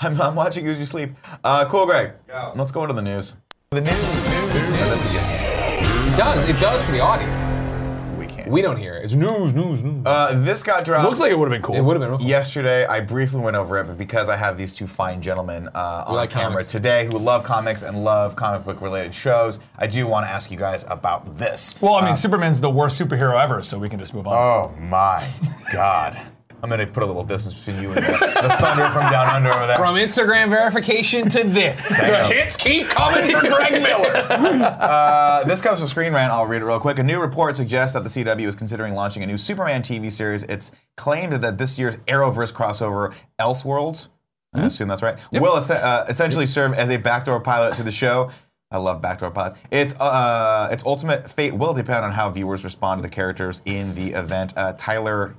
S1: I'm, I'm watching you as you sleep. Uh, cool, Greg. Let's go into the news. The news. Yeah, that's a good
S2: It does. It does to the audience.
S1: news. We can't.
S2: We don't hear it. It's news, news, news.
S1: uh, this got dropped.
S4: Looks like it would have been
S2: it
S4: cool.
S2: would have been real cool.
S1: Yesterday, I briefly went over it, but because I have these two fine gentlemen uh, on
S2: like
S1: camera
S2: comics.
S1: today who love comics and love comic book related shows, I do want to ask you guys about this.
S2: Uh,
S3: Well, I mean, Superman's the worst superhero ever, so we can just move on.
S1: Oh my Oh God. I'm gonna put a little distance between you and the, the thunder from down under over there.
S2: From Instagram verification to [LAUGHS] this.
S1: Damn.
S3: Hits keep coming for Greg Miller.
S1: Uh, this comes from Screen Rant. I'll read it real quick. A new report suggests that the CW is considering launching a new Superman TV series. It's claimed that this year's Arrowverse crossover, Elseworlds, I assume that's right, will es- uh, essentially serve as a backdoor pilot to the show. I love backdoor pilots. Its uh, its ultimate fate will depend on how viewers respond to the characters in the event. Uh, Tyler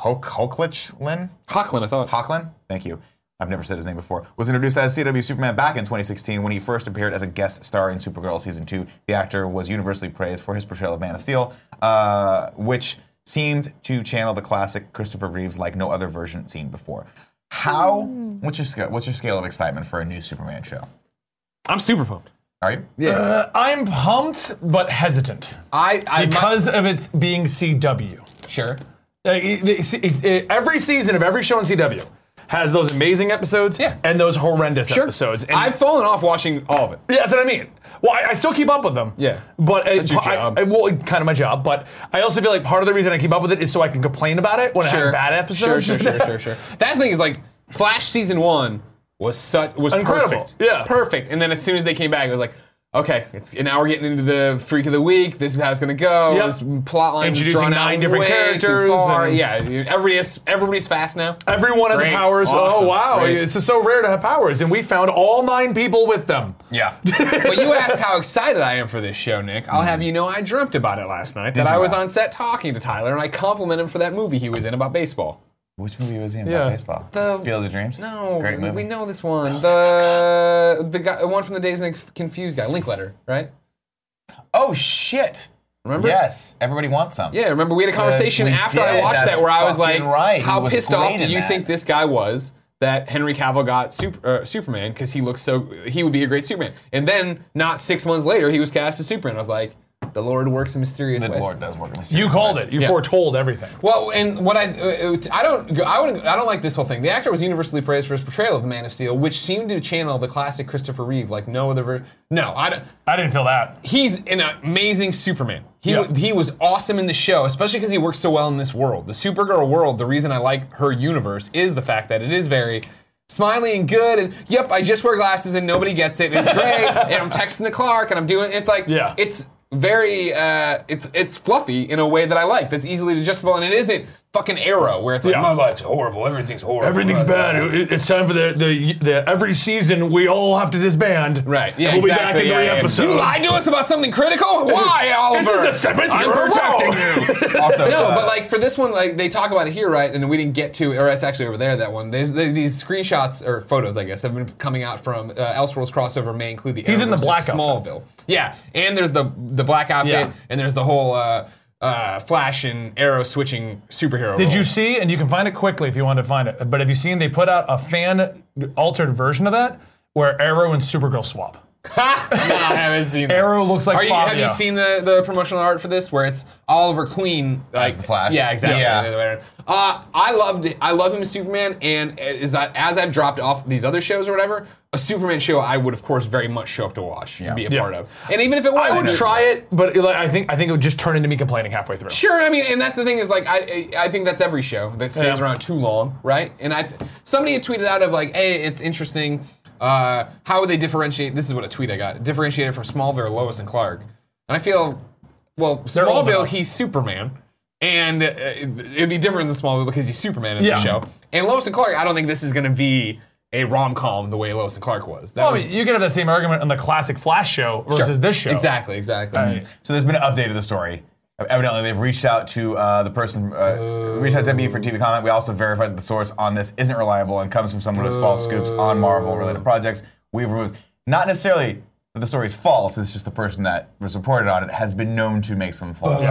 S1: Hoke Hoechlin?
S2: Hocklin, I thought.
S1: Hoechlin, thank you. I've never said his name before. Was introduced as CW Superman back in 2016 when he first appeared as a guest star in Supergirl season two. The actor was universally praised for his portrayal of Man of Steel, uh, which seemed to channel the classic Christopher Reeves like no other version seen before. How?
S2: Hmm.
S1: What's your scale? What's your scale of excitement for a new Superman show?
S4: I'm super pumped.
S1: Are you?
S4: Yeah.
S3: Uh, I'm pumped but hesitant
S2: I, I
S3: because of its being CW.
S2: my, sure.
S3: Like, it- it's- it's- it- every season of every show on CW has those amazing episodes
S2: Yeah.
S3: and those horrendous
S2: Sure.
S3: episodes. And
S2: I've fallen off watching all of it.
S3: Yeah, that's what I mean. Well, I, I still keep up with them.
S2: Yeah.
S3: but it's
S2: your
S3: I-
S2: job.
S3: I- well, it's kind of my job. But I also feel like part of the reason I keep up with it is so I can complain about it when I
S2: Sure.
S3: have bad episodes.
S2: Sure, sure, sure,
S3: [LAUGHS]
S2: sure, sure. That's the thing is like Flash season one was such was
S3: Incredible.
S2: perfect.
S3: Yeah.
S2: Perfect. And then as soon as they came back, it was like, okay, it's and now we're getting into the freak of the week. This is how it's gonna go.
S3: Yep.
S2: This plot line is
S3: Introducing
S2: drawn out
S3: nine different
S2: way
S3: characters
S2: Too far.
S3: and-
S2: Yeah. Everybody's everybody's fast now.
S3: Everyone has
S2: Great.
S3: powers.
S2: Awesome.
S3: Oh wow,
S2: Great.
S3: it's just so rare to have powers, and we found all nine people with them.
S1: Yeah.
S3: [LAUGHS]
S2: but you asked how excited I am for this show, Nick. I'll have you know I dreamt about it last night. that
S1: you
S2: I was
S1: now?
S2: on set talking to Tyler and I complimented him for that movie he was in about baseball.
S1: Which movie was he in
S3: Yeah.
S1: about baseball?
S2: The-
S1: Field of Dreams.
S2: No,
S1: Great
S2: we-
S1: movie. Oh,
S2: we know this one. The the guy, one from the Days and the Confused guy, Linkletter, right?
S1: Oh shit.
S2: Remember?
S1: Yes. Everybody wants some.
S2: Yeah, remember we had a conversation
S1: we
S2: after I
S1: did,
S2: watched
S1: that's
S2: that where I was like,
S1: fucking right, he
S2: how
S1: was
S2: pissed
S1: great
S2: off do
S1: in
S2: you
S1: that."
S2: think this guy was that Henry Cavill got super, uh, Superman because he looks so, he would be a great Superman. And then not six months later, he was cast as Superman. I was like, the Lord works in mysterious
S1: The
S2: ways.
S1: Lord does work. in mysterious
S3: You called
S1: ways.
S3: it. You
S2: Yeah.
S3: foretold everything.
S2: Well, and what I uh, uh, I don't I wouldn't I don't like this whole thing. The actor was universally praised for his portrayal of the Man of Steel, which seemed to channel the classic Christopher Reeve, like no other version. No, I don't.
S3: I didn't feel that.
S2: He's an amazing Superman. He
S3: Yeah.
S2: wa- he was awesome in the show, especially because he works so well in this world, the Supergirl world. The reason I like her universe is the fact that it is very. Smiley and good, and yep, I just wear glasses and nobody gets it. And it's
S3: [LAUGHS]
S2: great, and I'm texting the Clark, and I'm doing. It's like
S3: Yeah.
S2: it's very uh, it's it's fluffy in a way that I like. That's easily digestible, and it isn't fucking Arrow where it's like
S3: Yeah.
S2: my life's horrible, everything's horrible,
S3: Everything's bad. It- it's time for the, the the every season we all have to disband.
S2: Right. Yeah.
S3: And we'll
S2: exactly.
S3: be back in
S2: yeah,
S3: three
S2: yeah.
S3: episodes.
S2: You lied to us about something critical. Why,
S3: This
S2: Oliver?
S3: is the seventh
S2: I'm
S3: year in a
S2: protecting
S3: row.
S2: you.
S3: [LAUGHS]
S1: Also,
S2: [LAUGHS] No,
S1: uh,
S2: but like for this one, like they talk about it here, right? And we didn't get to, or it's actually over there. That one. There's, there- these screenshots or photos, I guess, have been coming out from uh, Elseworlds crossover. May include the
S3: He's in the
S2: Arrowverse
S3: black outfit.
S2: Smallville. Yeah, and there's the the black outfit,
S3: Yeah.
S2: and there's the whole uh, uh, Flash and Arrow switching superhero.
S3: Did
S2: role.
S3: you see? And you can find it quickly if you want to find it. But have you seen they put out a fan altered version of that where Arrow and Supergirl swap?
S2: [LAUGHS] Ha! no, I haven't seen that.
S3: Arrow looks like
S2: Are you, Have
S3: Fabio.
S2: you seen the, the promotional art for this where it's Oliver Queen like
S1: the Flash.
S2: Yeah, exactly.
S1: Yeah.
S2: The other way around. Uh, I loved I love him as Superman, and is that as I've dropped off these other shows or whatever, a Superman show I would of course very much show up to watch and be a
S3: Yeah.
S2: part of. And even if it was,
S3: I would try it, but like, I think I think it would just turn into me complaining halfway through.
S2: Sure, I mean, and that's the thing is like I I I think that's every show that stays
S3: Yeah.
S2: around too long, right? And I somebody had tweeted out of like, hey, it's interesting. Uh, how would they differentiate? This is what a tweet I got. Differentiate it from Smallville, Lois and Clark. And I feel, well,
S3: old
S2: Smallville,
S3: enough.
S2: he's Superman, and uh, it- it'd be different than Smallville because he's Superman in
S3: Yeah.
S2: the show. And Lois and Clark, I don't think this is going to be a rom com the way Lois and Clark was. That
S3: Oh,
S2: was
S3: you could have that same argument on the classic Flash show versus
S2: Sure.
S3: this show.
S2: Exactly, exactly.
S1: So there's been an update of the story. Evidently, they've reached out to uh, the person, uh, reached out to me for TV comment. We also verified that the source on this isn't reliable and comes from someone who has false scoops on Marvel related projects. We've removed, not necessarily that the story is false, it's just the person that was reported on it has been known to make some false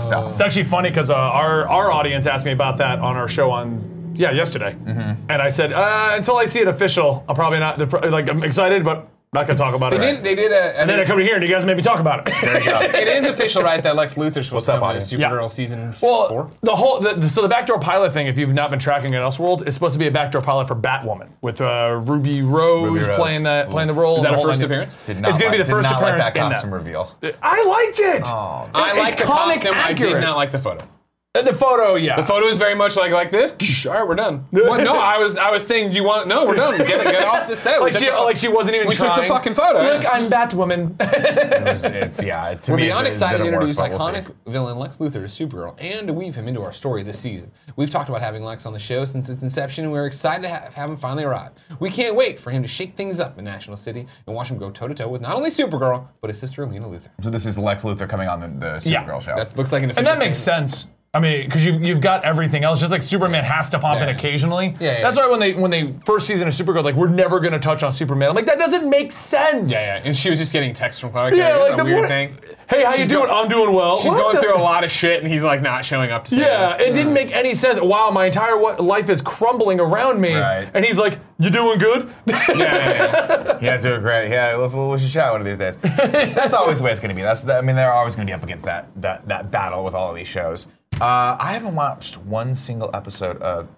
S1: stuff.
S3: It's actually funny because uh, our our audience asked me about that on our show on yeah yesterday,
S1: Mm-hmm.
S3: and I said uh, until I see it official, I'm probably not they're pro- like I'm excited, but not gonna talk about
S2: They did.
S3: it.
S2: They did a.
S3: And then I come to here and you guys made me talk about it. [LAUGHS]
S1: There you go.
S2: it is official, right? That Lex Luthor's supposed
S1: up,
S2: to come to
S1: audience?
S2: Supergirl
S3: Yeah.
S2: season f-
S3: Well,
S2: four.
S3: the whole the, the- so the backdoor pilot thing, if you've not been tracking it Elseworlds, it's supposed to be a backdoor pilot for Batwoman with uh, Ruby, Rose
S1: Ruby Rose.
S3: playing the playing the role.
S2: Is that
S3: and
S2: her
S3: all
S2: first
S3: that.
S2: appearance?
S1: Did not
S3: it's gonna
S1: like,
S3: be the
S1: did
S3: first
S1: not like
S3: appearance
S1: that
S3: in
S1: costume
S3: [LAUGHS] that.
S1: reveal.
S3: I liked it. Oh,
S2: I like the costume. I did not like the photo.
S3: And the photo, yeah.
S2: The photo is very much like like this. All right, we're done. What? No, I was I was saying, do you want? No, we're done. Get get off the [LAUGHS] set. We
S3: like
S2: took
S3: she,
S2: the fu-
S3: like she wasn't even
S2: we
S3: trying.
S2: took the fucking photo.
S3: Look, I'm Batwoman.
S1: It was, it's yeah. To
S2: We're
S1: me,
S2: beyond
S1: it- it
S2: excited to
S1: didn't
S2: introduce
S1: work, but we'll see.
S2: iconic villain Lex Luthor to Supergirl and to weave him into our story this season. We've talked about having Lex on the show since its inception, and we're excited to have, have him finally arrive. We can't wait for him to shake things up in National City and watch him go toe to toe with not only Supergirl but his sister Lena Luthor.
S1: So this is Lex Luthor coming on the, the
S3: Yeah.
S1: Supergirl show.
S2: That looks like an
S3: And
S2: official.
S3: that makes
S2: statement.
S3: sense. I mean, because you've, you've got everything else. Just like Superman has to pop in
S2: Yeah.
S3: occasionally.
S2: Yeah, yeah,
S3: That's
S2: yeah.
S3: why when they when they first season of Supergirl, like we're never gonna touch on Superman. I'm like that doesn't make sense.
S2: Yeah, yeah, and she was just getting texts from Clark.
S3: Yeah,
S2: Yeah,
S3: like
S2: that
S3: the
S2: weird
S3: what-
S2: thing.
S3: Hey, how
S2: She's
S3: you doing?
S2: go-
S3: I'm doing well.
S2: She's
S3: What
S2: going
S3: the-
S2: through a lot of shit, and he's like not showing up to say
S3: Yeah,
S2: it.
S3: it didn't make any sense. Wow, my entire wa- life is crumbling around me.
S1: Right.
S3: And he's like, "You doing good?" [LAUGHS]
S2: Yeah, yeah, yeah.
S1: Yeah, do it great. Yeah, let's we should shout one of these
S3: [LAUGHS]
S1: days. That's always the way it's going to be. That's the, I mean, they're always going to be up against that that that battle with all of these shows. Uh, I haven't watched one single episode of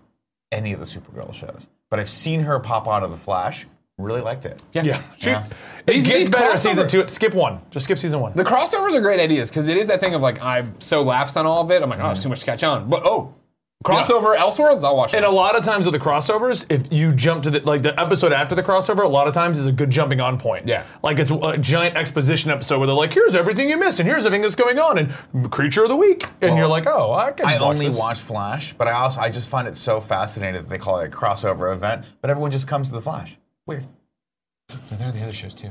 S1: any of the Supergirl shows, but I've seen her pop onto the Flash. Really liked it.
S2: [LAUGHS] yeah.
S3: yeah. She,
S1: Yeah.
S3: It
S2: These-
S3: gets
S2: these
S3: better
S2: crossover-
S3: season two. Skip one. Just skip season one.
S2: The crossovers are great ideas because it is that thing of like I'm so lapsed on all of it. I'm like, oh, it's too much to catch on. But oh, crossover Elseworlds, I'll watch it.
S3: And a lot of times with the crossovers, if you jump to the like the episode after the crossover, a lot of times is a good jumping on point.
S2: Yeah.
S3: like it's a giant exposition episode where they're like, "Here's everything you missed, and here's everything that's going on, and creature of the week," and you're like, "Oh, I can."
S1: I
S3: watch
S1: only
S3: this.
S1: watch Flash, but I also I just find it so fascinating that they call it a crossover event. But everyone just comes to the Flash. Weird.
S2: And there are the other shows [LAUGHS] too.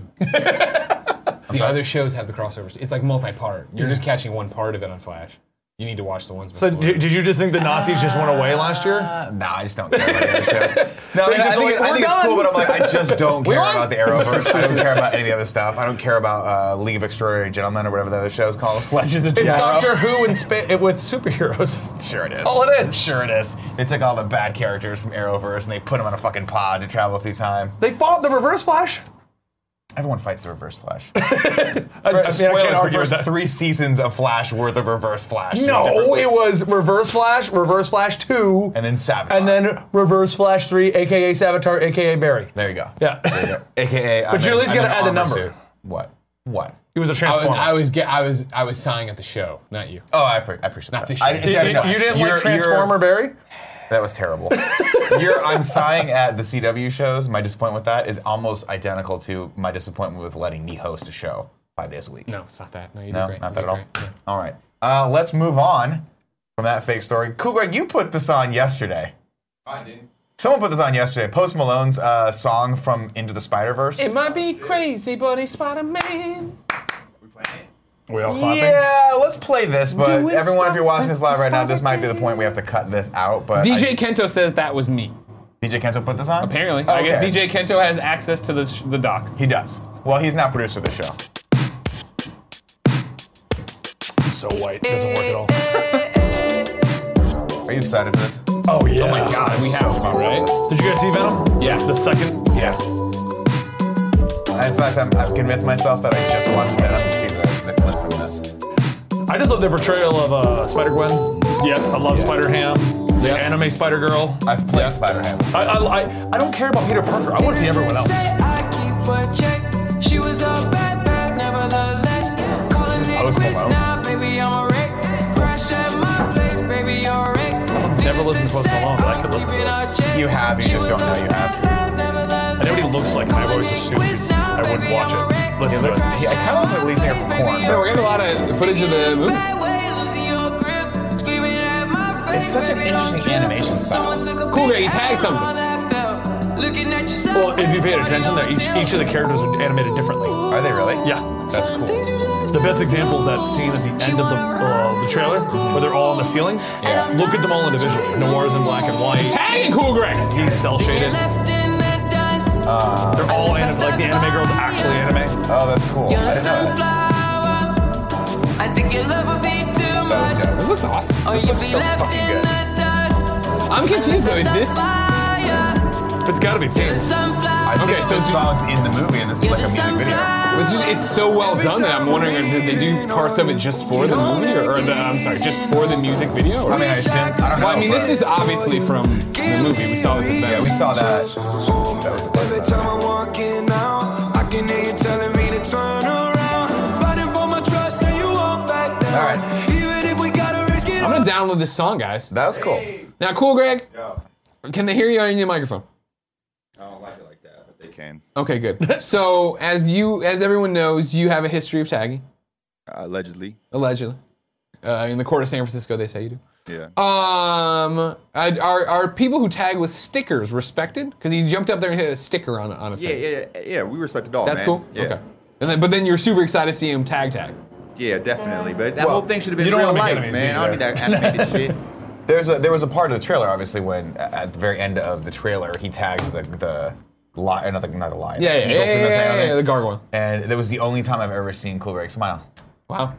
S2: the other shows have the crossovers. It's like multi-part. You're just catching one part of it on Flash. You need to watch the ones.
S3: So
S2: Before.
S3: did, did you just think the Nazis just went away last year?
S1: Uh, nah, I just don't care about the other shows.
S3: [LAUGHS]
S1: No, I, mean, I
S3: just
S1: think,
S3: like,
S1: I
S3: we're
S1: think it's cool,
S3: done.
S1: but I'm like, I just don't
S3: [LAUGHS]
S1: care
S2: won.
S1: about the Arrowverse. I don't care about any of the other stuff. I don't care about uh, League of Extraordinary Gentlemen or whatever the other show is called. [LAUGHS] Legends of
S3: It's
S1: Tomorrow.
S3: Doctor Who in spa- with superheroes. [LAUGHS]
S1: Sure it is.
S3: all it is.
S1: Sure it is. They took all the bad characters from Arrowverse and they put them on a fucking pod to travel through time.
S3: They fought the Reverse Flash.
S1: Everyone fights the Reverse Flash.
S3: [LAUGHS] I, I mean, I
S1: Spoilers,
S3: can't
S1: the
S3: argue with
S1: first
S3: that.
S1: three seasons of Flash were the Reverse Flash. It was
S3: No, Oh,
S1: different.
S3: it was Reverse Flash, Reverse Flash Two,
S1: And then Savitar.
S3: and then Reverse Flash Three, aka Savitar, aka Barry.
S1: There you go.
S3: Yeah.
S1: There you go. AKA.
S3: [LAUGHS]
S1: But
S3: you at least gotta add the number.
S1: What? What?
S3: He was a
S2: I was
S3: transformer.
S2: I was get, I was I was sighing at the show, not you.
S1: Oh, I, appre- I appreciate that.
S2: Not this
S1: I-
S2: year.
S1: see,
S2: You-
S1: I didn't-
S3: you didn't
S1: you're-
S3: like Transformer
S1: you're-
S3: Barry?
S1: That was terrible. [LAUGHS] Your I'm sighing at the CW shows. My disappointment with that is almost identical to my disappointment with letting me host a show five days a week.
S2: No, it's not that. No, you did
S1: No,
S2: great.
S1: not
S2: You
S1: that
S2: did
S1: at all.
S2: great. Yeah.
S1: All right. Uh, let's move on from that fake story. Cool, Greg, you put this on yesterday. Someone put this on yesterday. Post Malone's uh, song from Into the Spider Verse.
S2: It might be crazy, but he's Spider-Man.
S3: We all clapping.
S1: Yeah, let's play this. But
S2: Do it,
S1: everyone, if
S2: stop
S1: you're watching
S2: it,
S1: this live right now, this might be the
S2: Spider-Man.
S1: point we have to cut this out. But I
S2: DJ
S1: just-
S2: Kento says that was me.
S1: DJ Kento put this on. Oh,
S2: Apparently, I guess
S1: Okay.
S2: DJ Kento has access to the sh- the doc.
S1: He does. Well, he's not producer of the show.
S3: So white. Doesn't work at all.
S1: Are you excited for this?
S3: Oh yeah. Oh
S2: my God, we have to be right.
S3: Did you guys see Venom? Yeah. The second.
S1: Yeah. In fact, I'm, I've convinced myself that I just watched that. I've seen the, the clip from this.
S3: I just love their portrayal of uh, Spider Gwen. Yeah. I love Spider Ham. The anime Spider Girl.
S1: I've played Spider-Man.
S3: I, I, I, I don't care about Peter Parker. I want to see everyone else.
S1: Post Malone.
S3: Never listened to Post Malone, but I could listen to
S4: this.
S1: You have, you just don't know you have.
S3: I know what he looks like, and I've always assumed he's, I wouldn't watch it.
S1: He
S3: Listen to
S1: looks,
S3: it.
S1: he, I kind of looks like Lee Singer from Korn.
S2: We're
S1: but
S2: getting a lot of footage of the movie.
S1: It's such an interesting animation style.
S2: Cool guy, he tagged something.
S3: Well, if you paid attention, there each, each of the characters are animated differently.
S1: Are they really?
S3: Yeah.
S1: That's cool.
S3: The best example is that scene at the end of the, uh, the trailer where they're all on the ceiling.
S1: Yeah.
S3: Look at them all individually. Noir's in black and white.
S2: Tagging Cool Greg.
S3: He's cell shaded. They're Uh, all anime, like the anime girls actually anime.
S1: Oh, that's cool. I didn't know that.
S4: I think your love would be too
S1: That
S4: much.
S1: was good.
S2: This looks awesome.
S4: Or
S1: This
S4: you'll
S1: looks
S4: be
S1: so
S4: left
S1: fucking
S4: in
S1: good.
S4: the dust.
S2: I'm confused though. Is this?
S4: Fire,
S3: It's gotta be fierce.
S4: sunflower.
S1: I think
S2: Okay, so
S1: the
S2: do-
S1: song's in the movie, and this is like a music video.
S2: It's, just, it's so well done that I'm wondering did they do parts of it just for the movie, or, or the, I'm sorry, just for the music video? Or?
S1: I mean, I assume. I don't know.
S2: Well, I mean, this
S1: but-
S2: is obviously from the movie. We saw this in
S1: Yeah,
S2: Venice.
S1: we saw that. That was the
S6: Every
S1: clip.
S6: time I'm walking out, I can hear you telling me to turn around. Fighting for my trust, and you won't back down.
S1: All right.
S6: Even if we gotta risk it
S2: I'm gonna download this song, guys.
S1: That was cool.
S2: Now, cool, Greg. Can they hear you on your microphone?
S7: Oh, I don't like it like that, but they can.
S2: Okay, [LAUGHS] good. so, as you, as everyone knows, you have a history of tagging,
S7: allegedly.
S2: allegedly. Uh, in the court of San Francisco, they say you do.
S7: Yeah.
S2: Oh, Um, I- are are people who tag with stickers respected? Because he jumped up there and hit a sticker on a- on a
S7: yeah,
S2: thing.
S7: yeah, yeah, yeah. We respect it all.
S2: That's
S7: Oh, man.
S2: cool.
S7: Yeah.
S2: Okay. And then, but then you're super excited to see him tag tag.
S7: Yeah, definitely. But that whole thing should have been
S3: you don't
S7: real
S3: wanna make
S7: life,
S3: enemies,
S7: man.
S3: do
S7: I don't need that animated shit.
S1: There's a there was a part of the trailer, obviously, when a- at the very end of the trailer he tagged the the lion, not the, not the lion,
S2: Yeah,
S1: the
S2: yeah,
S1: eagle
S2: yeah,
S1: from the
S2: yeah,
S1: thing, I
S2: yeah,
S1: think.
S2: yeah, the gargoyle.
S1: And that was the only time I've ever seen Cool Greg smile.
S2: Wow.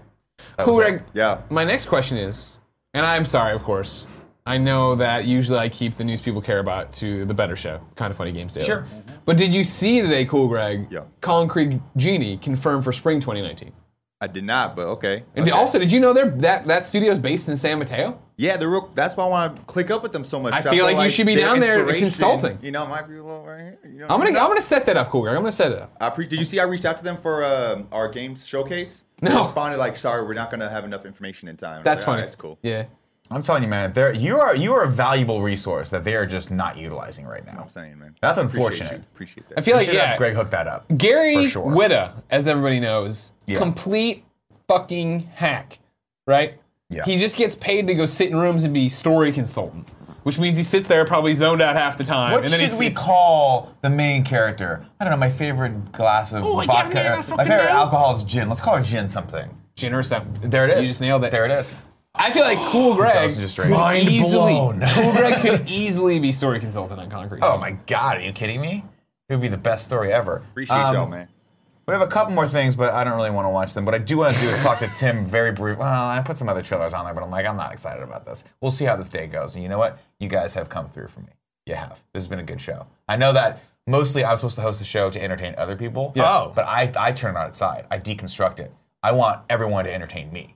S1: That
S2: Cool,
S1: was
S2: Greg.
S1: it.
S7: [LAUGHS] Yeah.
S2: My next question is, and I'm sorry, of course. I know that usually I keep the news people care about to the better show, kind of funny games daily.
S1: Sure.
S2: But did you see today, Cool Greg?
S7: Yeah.
S2: Concrete Genie confirmed for spring 2019.
S7: I did not, but okay.
S2: And
S7: Okay.
S2: also, did you know they're, that that studio is based in San Mateo?
S7: yeah, the real, that's why I want to click up with them so much.
S2: I
S7: 'cause
S2: feel like you should be
S7: their
S2: down there
S7: inspiration,
S2: consulting.
S7: You know, I might be a little right here. You know,
S2: I'm gonna I'm gonna set that up, Cool Greg. I'm gonna set it
S1: Oh,
S2: up.
S7: I pre- did you see? I reached out to them for um, our games showcase. They
S2: No.
S7: responded like, "Sorry, we're not gonna have enough information in time." And I was
S2: That's
S7: like, "All
S2: funny.
S7: right, That's cool.
S2: Yeah.
S1: I'm telling you, man, there you are you are a valuable resource that they are just not utilizing right now.
S7: I'm saying, man.
S1: That's
S7: Appreciate
S1: unfortunate.
S7: you. Appreciate that.
S2: I feel
S1: You
S2: like
S1: should
S2: yeah.
S1: have Greg hook that up.
S2: Gary
S1: For sure.
S2: Whitta, as everybody knows,
S1: Yeah.
S2: complete fucking hack, right?
S1: Yeah.
S2: He just gets paid to go sit in rooms and be story consultant, which means he sits there probably zoned out half the time.
S1: What
S2: and then
S1: should
S2: he's-
S1: we call the main character? I don't know. My favorite glass of
S2: I can't
S1: vodka.
S2: remember
S1: or-
S2: her
S1: My
S2: fucking
S1: favorite
S2: name.
S1: alcohol is gin. Let's call her gin something.
S2: Gin or stuff.
S1: There it is.
S2: You just nailed it.
S1: There it is.
S2: I feel like Cool Greg
S1: Thousand just
S2: could
S1: drinks.
S3: Mind
S2: easily,
S3: blown.
S2: Cool Greg could easily be story consultant on Concrete.
S1: Oh my god, are you kidding me? It would be the best story ever.
S7: Appreciate
S1: Um,
S7: y'all, man.
S1: We have a couple more things, but I don't really want to watch them. What I do want to do is talk to Tim very brief. Well, I put some other trailers on there, but I'm like, I'm not excited about this. We'll see how this day goes. And you know what? You guys have come through for me. You have. This has been a good show. I know that mostly I was supposed to host the show to entertain other people.
S3: Oh.
S1: But I, I turn it on its side. I deconstruct it. I want everyone to entertain me.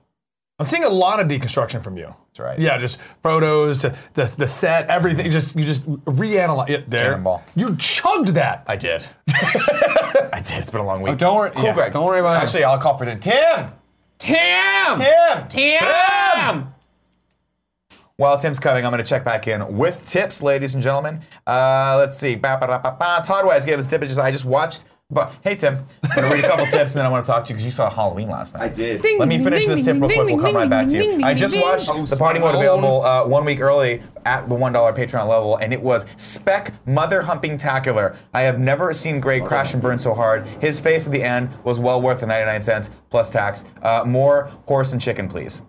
S3: I'm seeing a lot of deconstruction from you.
S1: That's right.
S3: Yeah, just photos to the the set, everything. You just you just reanalyze it there.
S1: Cannonball.
S3: You chugged that.
S1: I
S2: [LAUGHS]
S1: did. I did. It's been a long week.
S2: Oh, don't worry.
S1: Cool,
S2: yeah,
S1: Greg.
S2: Don't worry about it.
S1: Actually, I'll call for Tim. Tim!
S2: Tim!
S1: Tim!
S2: Tim!
S1: While Tim's coming, I'm going to check back in with tips, ladies and gentlemen. Uh, let's see. Ba, ba, da, ba, ba. Todd Wise gave us tips. Just- I just watched. But hey, Tim, I'm going to read a [LAUGHS] couple tips, and then I want to talk to you because you saw Halloween last night. I
S7: did.
S1: Let me finish this tip real quick. We'll come right back to you. I just watched the party mode available uh, one week early at the one dollar Patreon level, and it was spec mother humping tacular. I have never seen Greg crash and burn so hard. His face at the end was well worth the 99 cents plus tax. Uh, more horse and chicken, please.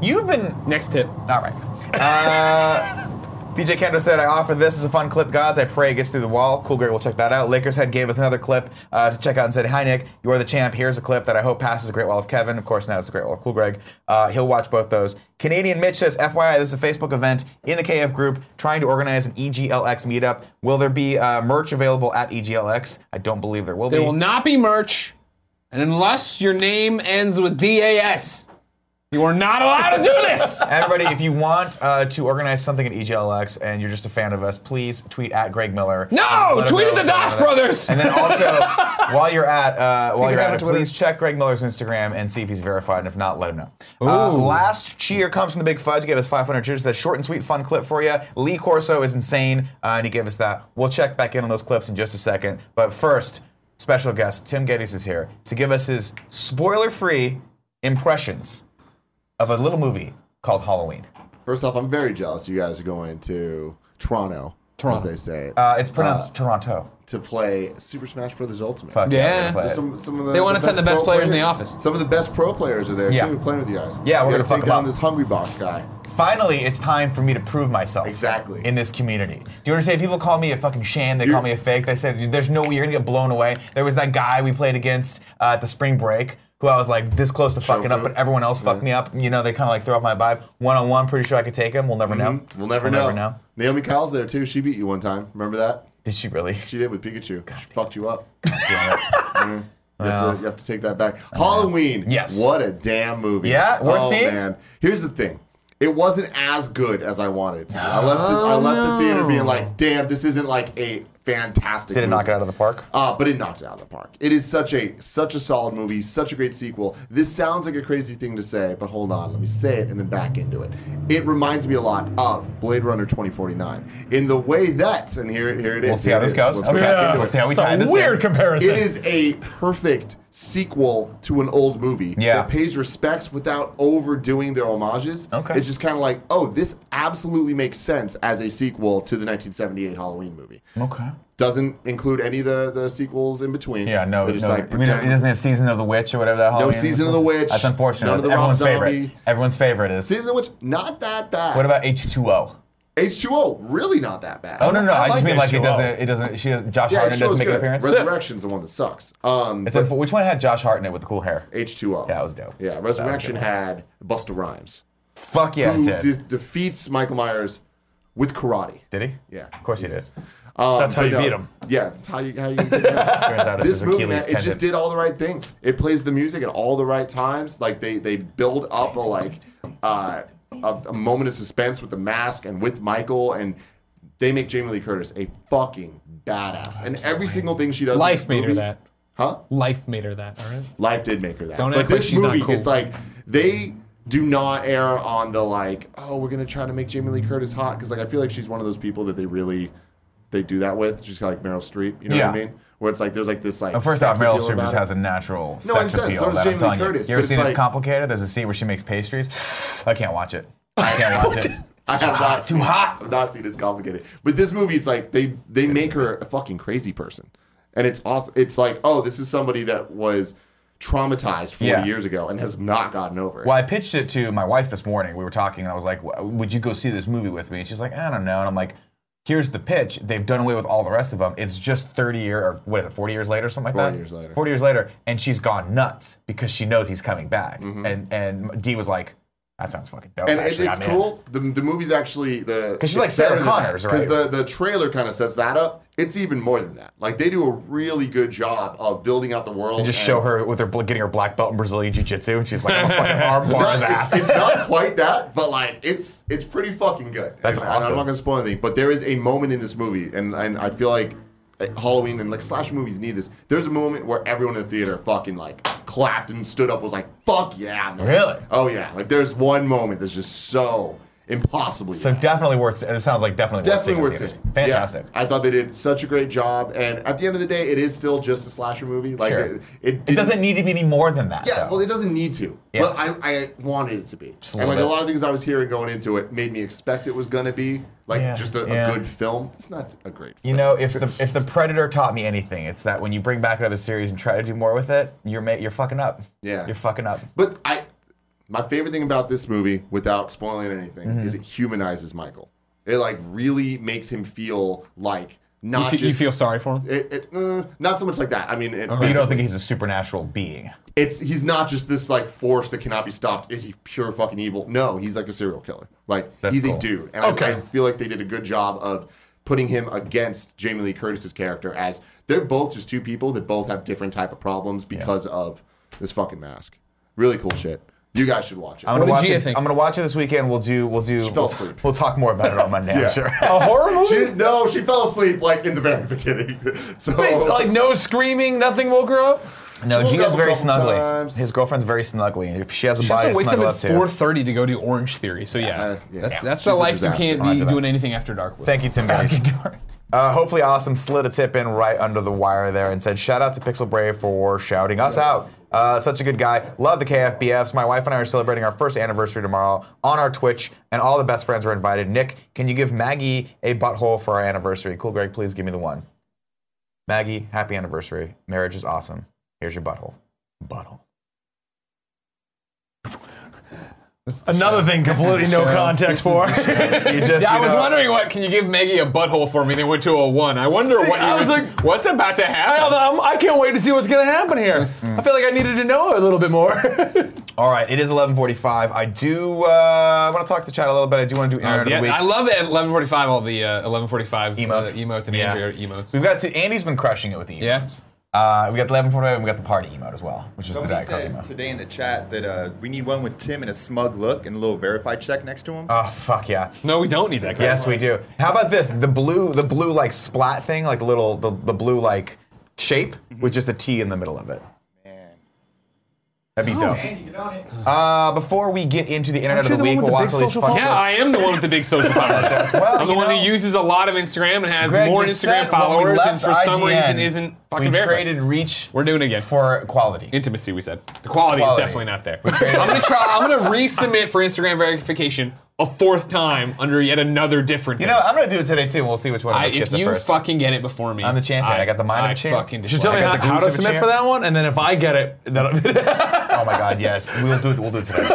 S1: You've been
S2: Next tip.
S1: all right. Uh, DJ Kendo said, I offer this as a fun clip, gods. I pray it gets through the wall. Cool, Greg, we'll check that out. Lakers Head gave us another clip uh, to check out and said, Hi, Nick, you are the champ. Here's a clip that I hope passes the Great Wall of Kevin. Of course, now it's the Great Wall of Cool Greg. Uh, he'll watch both those. Canadian Mitch says, FYI, this is a Facebook event in the KF group trying to organize an E EGLX meetup. Will there be uh, merch available at EGLX? I don't believe there will
S2: There
S1: be.
S2: will not be merch, and unless your name ends with DAS, you are not allowed to do this. [LAUGHS]
S1: Everybody, if you want uh, to organize something at EGLX and you're just a fan of us, please tweet at Greg Miller.
S2: No,
S1: And let him
S2: tweet
S1: know
S2: at the
S1: what's going
S2: Das
S1: on with it.
S2: Brothers.
S1: And then also,
S2: [LAUGHS]
S1: while you're at uh, while you're at
S3: have a
S1: it,
S3: Twitter.
S1: please check Greg Miller's Instagram and see if he's verified. And if not, let him know. Uh, last cheer comes from the Big Fudge. Gave us 500 cheers. That short and sweet, fun clip for you. Lee Corso is insane, uh, and he gave us that. We'll check back in on those clips in just a second. But first, special guest Tim Geddes is here to give us his spoiler-free impressions of a little movie called Halloween.
S8: First off, I'm very jealous you guys are going to Toronto, as they say,
S1: Uh, it's pronounced Toronto.
S8: to play Super Smash Brothers Ultimate.
S1: Fuck
S2: Yeah.
S1: we're gonna play it.
S8: Some, some of the,
S2: They want to send the best
S8: pro
S2: players in the office.
S8: Some of the best pro players are there
S1: Yeah.
S8: too, playing with you guys.
S1: Yeah, we're gonna
S8: You gotta
S1: fuck
S8: take
S1: 'em
S8: down
S1: up.
S8: this hungry box guy.
S1: Finally, it's time for me to prove myself.
S8: Exactly.
S1: In this community. Do you understand? People call me a fucking sham. They call me a fake. They said, there's no way you're going to get blown away. There was that guy we played against uh, at the spring break who I was like this close to fucking up,
S8: Shofu.
S1: but everyone else fucked me up. You know, they kind of like throw off my vibe. One on one, pretty sure I could take him. We'll never know.
S8: Mm-hmm. We'll never know. Naomi Kyle's there too. She beat you one time. Remember that?
S1: Did she really? [LAUGHS]
S8: She did with Pikachu. She fucked you up. [LAUGHS]
S1: Damn it.
S8: You have, to, you have to take that back. Halloween.
S1: Yes.
S8: What a damn movie.
S1: Yeah, worth
S8: oh,
S1: seeing?
S8: man. Here's the thing. It wasn't as good as I wanted it to be. I left, the, I left the theater being like, damn, this isn't like a fantastic.
S1: Did it
S8: movie.
S1: knock it out of the park?
S8: Uh, but it knocked it out of the park. It is such a such a solid movie, such a great sequel. This sounds like a crazy thing to say, but hold on, let me say it and then back into it. It reminds me a lot of Blade Runner 2049 in the way that, and here here it is.
S1: We'll see how
S8: here it
S1: this
S8: is.
S1: goes.
S8: Let's
S1: Okay.
S8: back into
S1: We'll
S8: it.
S1: see how we tie
S3: It's
S1: this
S3: a weird
S1: in.
S3: comparison.
S8: It is a perfect sequel to an old movie
S1: Yeah.
S8: that pays respects without overdoing their homages.
S1: Okay.
S8: It's just kind of like, oh, this absolutely makes sense as a sequel to the 1978 Halloween movie.
S1: Okay.
S8: Doesn't include any of the, the sequels in between.
S1: Yeah, no,
S8: They're
S1: no.
S8: just like,
S1: we don't- it
S8: pretend-
S1: doesn't have season of the witch or whatever that. Halloween
S8: Season of the Witch,
S1: That's unfortunate.
S8: none of the Rob
S1: Everyone's favorite.
S8: Zombie.
S1: Everyone's favorite is.
S8: Season of the Witch, not that bad.
S1: What about H two O?
S8: H2O? Really not that bad.
S1: Oh no, no, no. I,
S3: I
S1: just
S3: like
S1: mean like it
S3: H2O.
S1: doesn't. It doesn't. She doesn't. Josh
S8: Yeah,
S1: Hartnett
S8: H2O
S1: doesn't
S8: is
S1: make an
S8: good.
S1: appearance.
S8: Resurrection's the one that sucks. Um,
S1: It's unfo- which one had Josh Hartnett with the cool hair?
S8: H2O.
S1: Yeah, that was dope.
S8: Yeah,
S1: That was
S8: Resurrection
S1: good.
S8: had Busta Rhymes.
S1: Fuck yeah,
S8: who
S1: it did.
S8: de- defeats Michael Myers with karate.
S1: Did he?
S8: Yeah.
S1: Of course he
S8: [LAUGHS]
S1: did.
S8: Um,
S3: That's how
S8: but
S3: you beat him.
S8: Yeah, that's how you how you. take it
S3: [LAUGHS]
S8: out.
S1: Turns out it's
S8: this
S1: his
S8: movie, man,
S1: Achilles
S8: it just
S1: tendon.
S8: did all the right things. It plays the music at all the right times. Like they they build up a like uh, a, a moment of suspense with the mask and with Michael and. They make Jamie Lee Curtis a fucking badass, and every single thing she does. in
S4: Life
S8: this
S4: made her
S8: movie-
S4: that.
S8: huh?
S4: Life made her that. All right.
S8: Life did make her that.
S4: Don't
S8: but
S4: act like
S8: this
S4: she's not
S8: movie,
S4: cool.
S8: it's like they do not err on the like, oh, we're gonna try to make Jamie Lee Curtis hot because like I feel like she's one of those people that they really they do that with. She's kind of like Meryl Streep, you know what I
S1: Yeah.
S8: mean? Where it's like there's like this like.
S1: But first off,
S8: sex
S1: Meryl
S8: appeal
S1: Streep
S8: about
S1: just
S8: it.
S1: has a natural
S8: No,
S1: sex
S8: I understand.
S1: appeal
S8: So does
S1: that I'm
S8: Jamie
S1: telling you.
S8: Curtis,
S1: you ever
S8: but
S1: seen
S8: it's
S1: It's
S8: like-
S1: Complicated? There's a scene where she makes pastries. I can't watch it. I can't
S8: [LAUGHS]
S1: watch it.
S8: I have not
S1: Too hot.
S8: I've not seen it's complicated. But this movie, it's like they they make her a fucking crazy person, and it's awesome. It's like oh, this is somebody that was traumatized 40
S1: Yeah.
S8: years ago and has not gotten over it.
S1: Well, I pitched it to my wife this morning. We were talking, and I was like, "W- "Would you go see this movie with me?" And she's like, "I don't know." And I'm like, "Here's the pitch. They've done away with all the rest of them. It's just 30 year or what is it, 40 years later, something like
S8: 40
S1: that.
S8: years later.
S1: 40 years later, and she's gone nuts because she knows he's coming back. And and D was like, "That sounds fucking dope."
S8: Mm-hmm. and it-
S1: actually.
S8: it's
S1: I'm in."
S8: cool. The, the movie's actually the
S1: 'Cause she's like Sarah Connors, right?
S8: Because the the trailer kind of sets that up. It's even more than that. Like they do a really good job of building out the world.
S1: And just show her with her bl- getting her black belt in Brazilian jiu jitsu, and she's like, "I'm a
S8: [LAUGHS]
S1: fucking arm bar
S8: No,
S1: his
S8: it's,
S1: ass."
S8: it's not quite that, but like it's it's pretty fucking good.
S1: That's
S8: And
S1: awesome.
S8: I'm not gonna spoil anything, but there is a moment in this movie, and and I feel like eh, Halloween and like slash movies need this. There's a moment where everyone in the theater fucking like clapped and stood up, was like, "Fuck yeah!" Man.
S1: Really?
S8: Oh yeah. Like there's one moment that's just so impossibly.
S1: So
S8: bad.
S1: definitely worth. It sounds like definitely
S8: definitely
S1: worth seeing. in
S8: worth seeing.
S1: theaters. Fantastic.
S8: Yeah. I thought they did such a great job, and at the end of the day, it is still just a slasher movie. Like
S1: Sure.
S8: it, it,
S1: It
S8: didn't-
S1: doesn't need to be any more than that.
S8: Yeah,
S1: though.
S8: well, it doesn't need to,
S1: Yeah.
S8: but I, I wanted it to be,
S1: a
S8: and
S1: little
S8: like a
S1: bit.
S8: lot of things I was hearing going into it made me expect it was gonna be like
S1: Yeah,
S8: just a,
S1: yeah.
S8: a good film. It's not a great.
S1: You
S8: film.
S1: know, if the if the Predator taught me anything, it's that when you bring back another series and try to do more with it, you're ma- you're fucking up.
S8: Yeah.
S1: you're fucking up.
S8: But I, my favorite thing about this movie, without spoiling anything,
S1: Mm-hmm.
S8: is it humanizes Michael. It like really makes him feel like
S4: You,
S8: not
S4: fe- you
S8: just
S4: feel sorry for him?
S8: It, it, uh, not so much like that. I mean, it,
S1: But you don't
S8: basically-
S1: think he's a supernatural being?
S8: it's he's not just this like force that cannot be stopped. Is he pure fucking evil? No, he's like a serial killer. Like
S1: That's
S8: he's
S1: cool.
S8: a dude, and
S4: Okay.
S8: I, I feel like they did a good job of putting him against Jamie Lee Curtis's character as they're both just two people that both have different type of problems because of this fucking mask. Really cool shit. You guys should watch it.
S1: I'm gonna
S4: did
S1: watch
S4: Gia
S1: it.
S4: think?
S1: I'm gonna watch it this weekend. We'll do. We'll do.
S8: fell
S1: we'll,
S8: asleep.
S1: we'll talk more about it on Monday. I'm
S8: Yeah.
S1: sure.
S3: A horror movie?
S8: she didn't- no, she fell asleep like in the very [LAUGHS] beginning. so
S3: Wait, like no screaming, nothing woke her up.
S1: no,
S8: woke
S1: Gia's
S8: up a
S1: very
S8: couple
S1: snuggly.
S8: times.
S1: His girlfriend's very snuggly, and if she has a
S4: She
S1: body
S4: also
S1: to
S4: wakes up
S1: snuggle
S4: at
S1: up to.
S4: 4:30 to go do Orange Theory. So yeah,
S8: Uh, yeah.
S4: that's
S8: Yeah.
S4: that's the
S8: She's a
S4: life you
S8: disaster.
S4: can't
S1: I'll have
S4: be
S1: to do
S4: doing
S1: that.
S4: anything after dark with.
S1: Thank you, Tim Bennies. Uh, hopefully, Awesome slid a tip in right under the wire there and said, Shout out to Pixel Brave for shouting us out. Uh, such a good guy. Love the KFBFs. My wife and I are celebrating our first anniversary tomorrow on our Twitch, and all the best friends were invited. Nick, can you give Maggie a butthole for our anniversary? Cool, Greg, please give me the one. Maggie, happy anniversary. Marriage is awesome. Here's your butthole.
S2: [LAUGHS]
S1: Butthole.
S3: Another thing, completely no context for.
S1: You just,
S2: Yeah, I
S1: you
S2: was
S1: know-
S2: wondering what can you give Maggie a butthole for me? They went to a one. I wonder what you
S3: I was like-
S2: what's about to
S3: I,
S2: happen.
S3: don't know, [LAUGHS] I'm- I can't wait to see what's gonna happen here. I feel like I needed to know a little
S2: [LAUGHS]
S3: bit more.
S1: All right, it is 11:45. I do. Uh, I want to talk to the chat a little bit. I do want to do internet
S2: Uh, Yeah,
S1: of the week.
S2: I love it at 11:45 all the uh, 11:45
S1: Emotes.
S2: uh, emotes and
S1: Yeah.
S2: Andrea emotes.
S1: We've got to. Andy's been crushing it with the emotes.
S2: Yeah.
S1: Uh, we got the 11.45 and we got the party emote as well, which is the
S7: Somebody
S1: Diet Coke
S7: said
S1: emote.
S7: today in the chat that uh, we need one with Tim and a smug look and a little verified check next to him.
S1: Oh, fuck yeah.
S4: No, we don't need that. Kind
S1: Yes, we do. How about this? The blue, the blue like splat thing, like the little, the, the blue like shape with just a T in the middle of it.
S7: Man.
S1: That'd
S4: Oh.
S1: be dope. Uh, before we get into the internet of the week, we'll watch all these fucking.
S4: Yeah, I am the one with the
S1: [LAUGHS]
S4: big social followers.
S1: Well,
S4: I'm the
S1: you
S4: one
S1: know,
S4: who uses a lot of Instagram and has
S1: Greg,
S4: more
S1: you
S4: Instagram
S1: said when we
S4: followers and
S1: left
S4: for some
S1: IGN,
S4: reason isn't
S1: We
S4: fucking verified.
S1: traded reach.
S4: We're doing it again.
S1: for quality.
S4: Intimacy, we said. The quality,
S1: Quality.
S4: is definitely not there. I'm
S1: [LAUGHS]
S4: gonna try. I'm gonna resubmit for Instagram verification a fourth time under yet another different.
S1: you know, I'm gonna do it today too. and We'll see which one of
S4: I,
S1: us gets
S4: if
S1: it
S4: you
S1: first.
S4: fucking get it before me,
S1: I'm the champion. I got the mind of a
S4: I
S1: champ.
S4: Fucking
S1: You
S3: You should tell
S1: I
S3: me
S4: dislike
S1: got the
S3: how,
S1: glutes
S3: how to
S1: of a
S3: submit
S1: champ.
S3: for that one, and then if I get it, that'll
S1: Oh my God, yes. We'll do it. We'll do it today.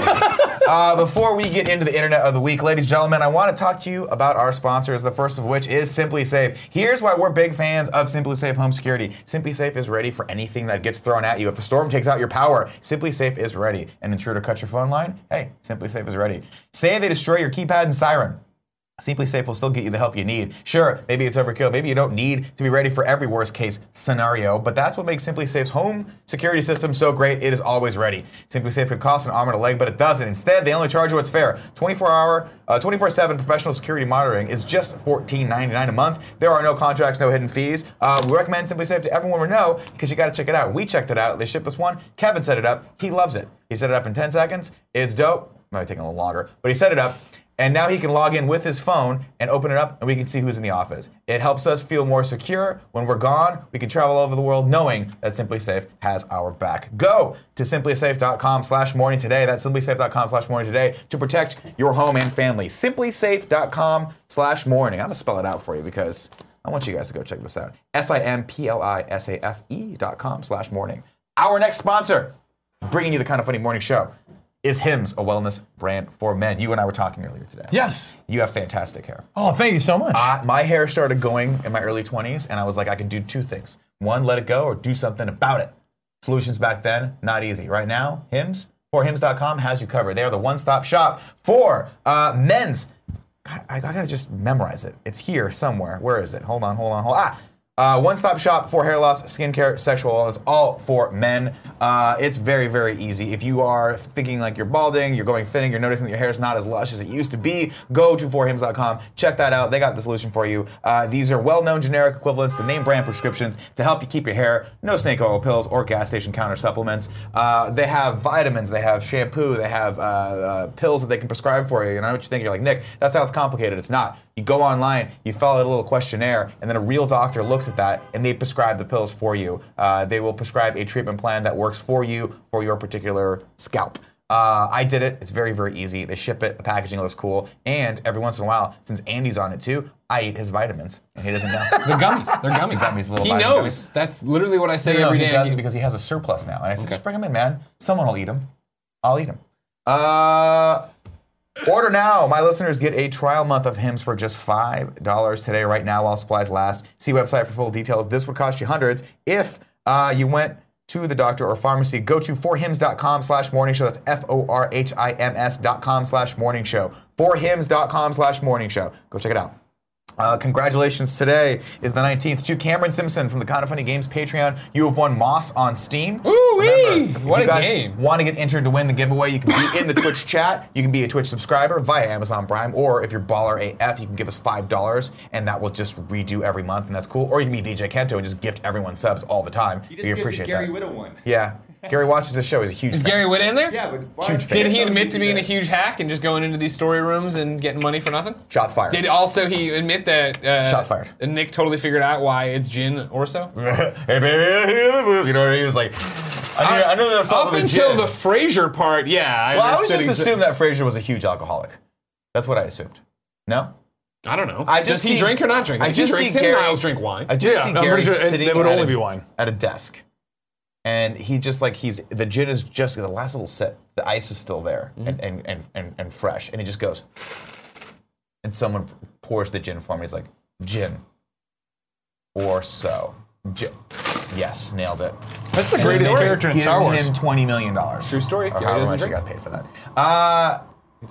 S1: Uh, before we get into the internet of the week, ladies and gentlemen, I want to talk to you about our sponsors. The first of which is Simply Safe. Here's why we're big fans of Simply Safe Home Security. Simply Safe is ready for anything that gets thrown at you. If a storm takes out your power, Simply Safe is ready. An intruder cuts your phone line. Hey, Simply Safe is ready. Say they destroy your keypad and siren. Simply Safe will still get you the help you need. Sure, maybe it's overkill. Maybe you don't need to be ready for every worst case scenario, but that's what makes Simply Safe's home security system so great. It is always ready. Simply Safe could cost an arm and a leg, but it doesn't. Instead, they only charge you what's fair. 24 hour, uh, 24/7 professional security monitoring is just $14.99 a month. There are no contracts, no hidden fees. Uh, we recommend Simply Safe to everyone we know because you got to check it out. We checked it out. They shipped us one. Kevin set it up. He loves it. He set it up in 10 seconds. It's dope. Might be taking a little longer, but he set it up. And now he can log in with his phone and open it up, and we can see who's in the office. It helps us feel more secure. When we're gone, we can travel all over the world knowing that Simply Safe has our back. Go to simplysafe.com slash morning today. That's simplysafe.com slash morning today to protect your home and family. Simplysafe.com slash morning. I'm going to spell it out for you because I want you guys to go check this out. S-I-M-P-L-I-S-A-F-E E dot com slash morning. Our next sponsor, bringing you the kind of funny morning show, is Hims, a wellness brand for men. You and I were talking earlier today.
S3: Yes.
S1: You have fantastic hair.
S3: Oh, thank you so much.
S1: I, my hair started going in my early 20s, and I was like, I can do two things. One, let it go, or do something about it. Solutions back then, not easy. Right now, Hims, for Hims.com has you covered. They are the one stop shop for uh, men's. God, I, I gotta just memorize it. It's here somewhere. Where is it? Hold on, hold on, hold on. Ah! Uh, One stop shop for hair loss, skincare, sexual wellness, all for men. Uh, it's very, very easy. If you are thinking like you're balding, you're going thinning, you're noticing that your hair is not as lush as it used to be, go to forhims.com, check that out. They got the solution for you. Uh, these are well known generic equivalents to name brand prescriptions to help you keep your hair. No snake oil pills or gas station counter supplements. Uh, they have vitamins, they have shampoo, they have uh, uh, pills that they can prescribe for you. And I know what you think. You're like, Nick, that sounds complicated. It's not. You go online, you fill out a little questionnaire, and then a real doctor looks at that and they prescribe the pills for you. Uh, they will prescribe a treatment plan that works for you for your particular scalp. Uh, I did it. It's very, very easy. They ship it. The packaging looks cool. And every once in a while, since Andy's on it too, I eat his vitamins, and he doesn't know.
S2: the gummies. They're gummies.
S1: Gummies, little
S2: he
S1: vitamin
S2: knows. That's literally what I say
S1: no,
S2: every
S1: he
S2: day.
S1: does because he has a surplus now. And I said, just bring him in, man. Someone will eat him. I'll eat him. Uh, order now. My listeners get a trial month of hymns for just five dollars today, right now, while supplies last. See website for full details. This would cost you hundreds if uh, you went to the doctor or pharmacy. Go to forhims.com slash morning show. That's F-O-R-H-I-M-S dot com slash morning show. Forhims.com slash morning show. Go check it out. Uh, congratulations today is the 19th to Cameron Simpson from the Kind of Funny Games Patreon. You have won Moss on Steam.
S2: Ooh-wee!
S1: Remember, if
S2: What
S1: you
S2: a
S1: guys [LAUGHS]
S2: game.
S1: Want to get entered to win the giveaway? You can be in the
S2: [LAUGHS]
S1: Twitch chat. You can be a Twitch subscriber via Amazon Prime, or if you're baller AF, you can give us five dollars, and that will just redo every month, and that's cool. Or you can be DJ Kento and just gift everyone subs all the time.
S7: You just
S1: we
S7: get
S1: appreciate
S7: the Gary
S1: that.
S7: Whittle one.
S1: Yeah, Gary watches the show. He's a huge.
S2: Is
S1: fan.
S2: Gary Witt in there?
S7: Yeah, but why
S1: Huge
S7: are-
S1: fan.
S2: Did he
S7: Don't
S2: admit to
S7: do
S2: being a
S7: that.
S2: huge hack and just going into these story rooms and getting money for nothing?
S1: Shots fired.
S2: Did also he admit that? Uh,
S1: Shots fired.
S2: Nick totally figured out why it's gin Orso.
S1: [LAUGHS] hey baby, I hear the blues. You know what I mean? He was like, I knew, I, knew that felt
S2: Uh, Up
S1: with
S2: until
S1: gin.
S2: the Frasier part, yeah. I
S1: Well, I always
S2: understood
S1: just
S2: exa-
S1: assumed that Frazier was a huge alcoholic. That's what I assumed. No,
S2: I don't know.
S1: I
S2: Does he
S1: see-
S2: drink or not drink?
S1: I
S2: If
S1: just
S2: he
S1: see
S2: drinks him,
S1: Gary-
S2: Niles drink wine.
S1: I just
S3: Yeah,
S1: see
S3: I'm pretty
S1: Gary
S3: sure it-
S1: sitting
S3: they would
S1: at,
S3: only
S1: a,
S3: be wine.
S1: at a desk, and he just like he's the gin is just the last little sip. The ice is still there
S3: Mm-hmm.
S1: and, and, and, and, and fresh, and he just goes, and someone pours the gin for him. He's like, gin, or so, gin. Yes, nailed it.
S3: That's the
S1: And
S3: greatest
S1: they just
S3: character in
S1: give
S3: Star Wars.
S1: him twenty million dollars.
S2: True story.
S1: Or
S2: Gary
S1: however
S2: doesn't
S1: much he got
S2: drink.
S1: paid for that. Uh,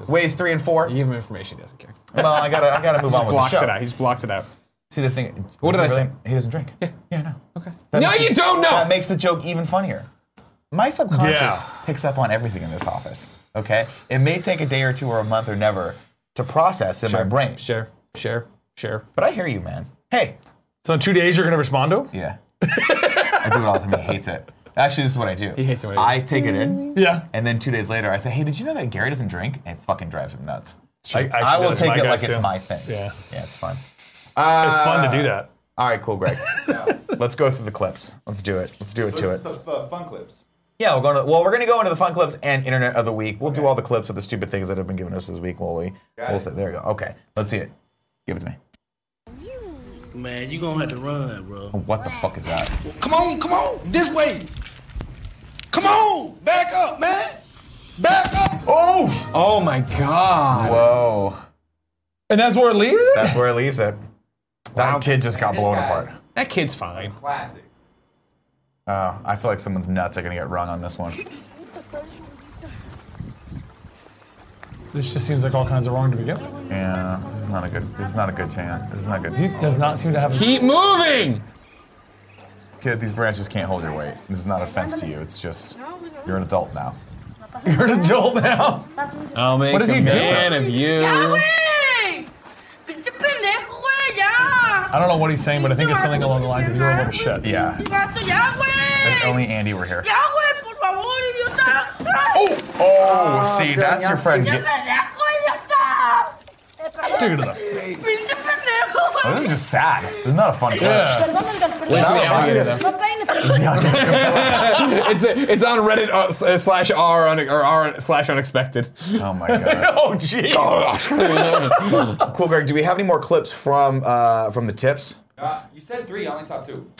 S1: ways three and four.
S2: You give him information, he doesn't care.
S3: [LAUGHS]
S1: Well, I gotta, I gotta move on with the
S4: blocks
S1: show.
S4: it out. He just blocks it out.
S1: See the thing.
S2: What did
S1: does it
S2: I
S1: really- He doesn't drink. Yeah. Yeah. No. Okay.
S2: No, you don't know!
S1: That makes the joke even funnier. My subconscious
S3: Yeah.
S1: picks up on everything in this office. Okay. It may take a day or two or a month or never to process in my brain.
S2: Share, share, share.
S1: But I hear you, man. Hey.
S3: So in two days, you're gonna respond to him?
S1: Yeah. I do it all the time. He hates it. Actually, this is what I do. He
S2: hates it when I
S1: I take it in,
S3: Yeah.
S1: and then two days later, I say, "Hey, did you know that Gary doesn't drink?" And it fucking drives him nuts.
S3: I, I
S1: I
S3: do
S1: will
S3: that to
S1: take
S3: my
S1: it
S3: guys,
S1: like it's
S3: too.
S1: my thing.
S3: Yeah.
S1: Yeah, it's fun.
S3: It's fun to do that.
S1: All right, cool,
S3: [LAUGHS]
S1: Greg. Let's go through the clips. Let's do it. Let's do it to it.
S7: The f- uh, fun clips.
S1: Yeah, we're going to. Well, we're going to go into the fun clips and internet of the week. We'll do all the clips of the stupid things that have been given us this week. Will we? We'll
S7: it.
S1: say, there we go. Okay, let's see it. Give it to me.
S9: Man, you gonna have to run, bro.
S1: What the fuck is that?
S9: Come on, come on, this way. Come on, back up, man. Back up. Oh.
S1: Oh!
S3: Uh,
S2: Oh my god.
S1: Whoa!
S3: And that's where it leaves it?
S1: That's where it leaves it. That kid just got blown apart.
S2: That kid's fine.
S7: Classic.
S1: Oh, I feel like someone's nuts are going to get rung on this one.
S3: This just seems like all kinds of wrong to begin with.
S1: Yeah, this is not a good. This is not a good chant. This is not good.
S3: He does not seem to have
S2: Keep moving!
S1: Kid, these branches can't hold your weight. This is not offense to you. It's just you're an adult now.
S3: You're an adult now.
S2: I'll make
S3: What does
S2: a
S3: he do?
S2: man of you.
S3: I don't know what he's saying, but I think it's something along the lines of you're a little shit.
S1: Yeah. If only Andy were here. Oh, see, that's your friend. Get,
S3: Stick it to the-
S1: oh, this is just sad. This is not a Oh funny clip.
S3: Yeah.
S2: It's a, it's on Reddit uh, s- uh, slash r un, or r slash unexpected.
S1: Oh my god.
S3: Oh, gee.
S1: cool, Greg. Do we have any more clips from uh, from the tips?
S4: Uh, you said three. I only saw two.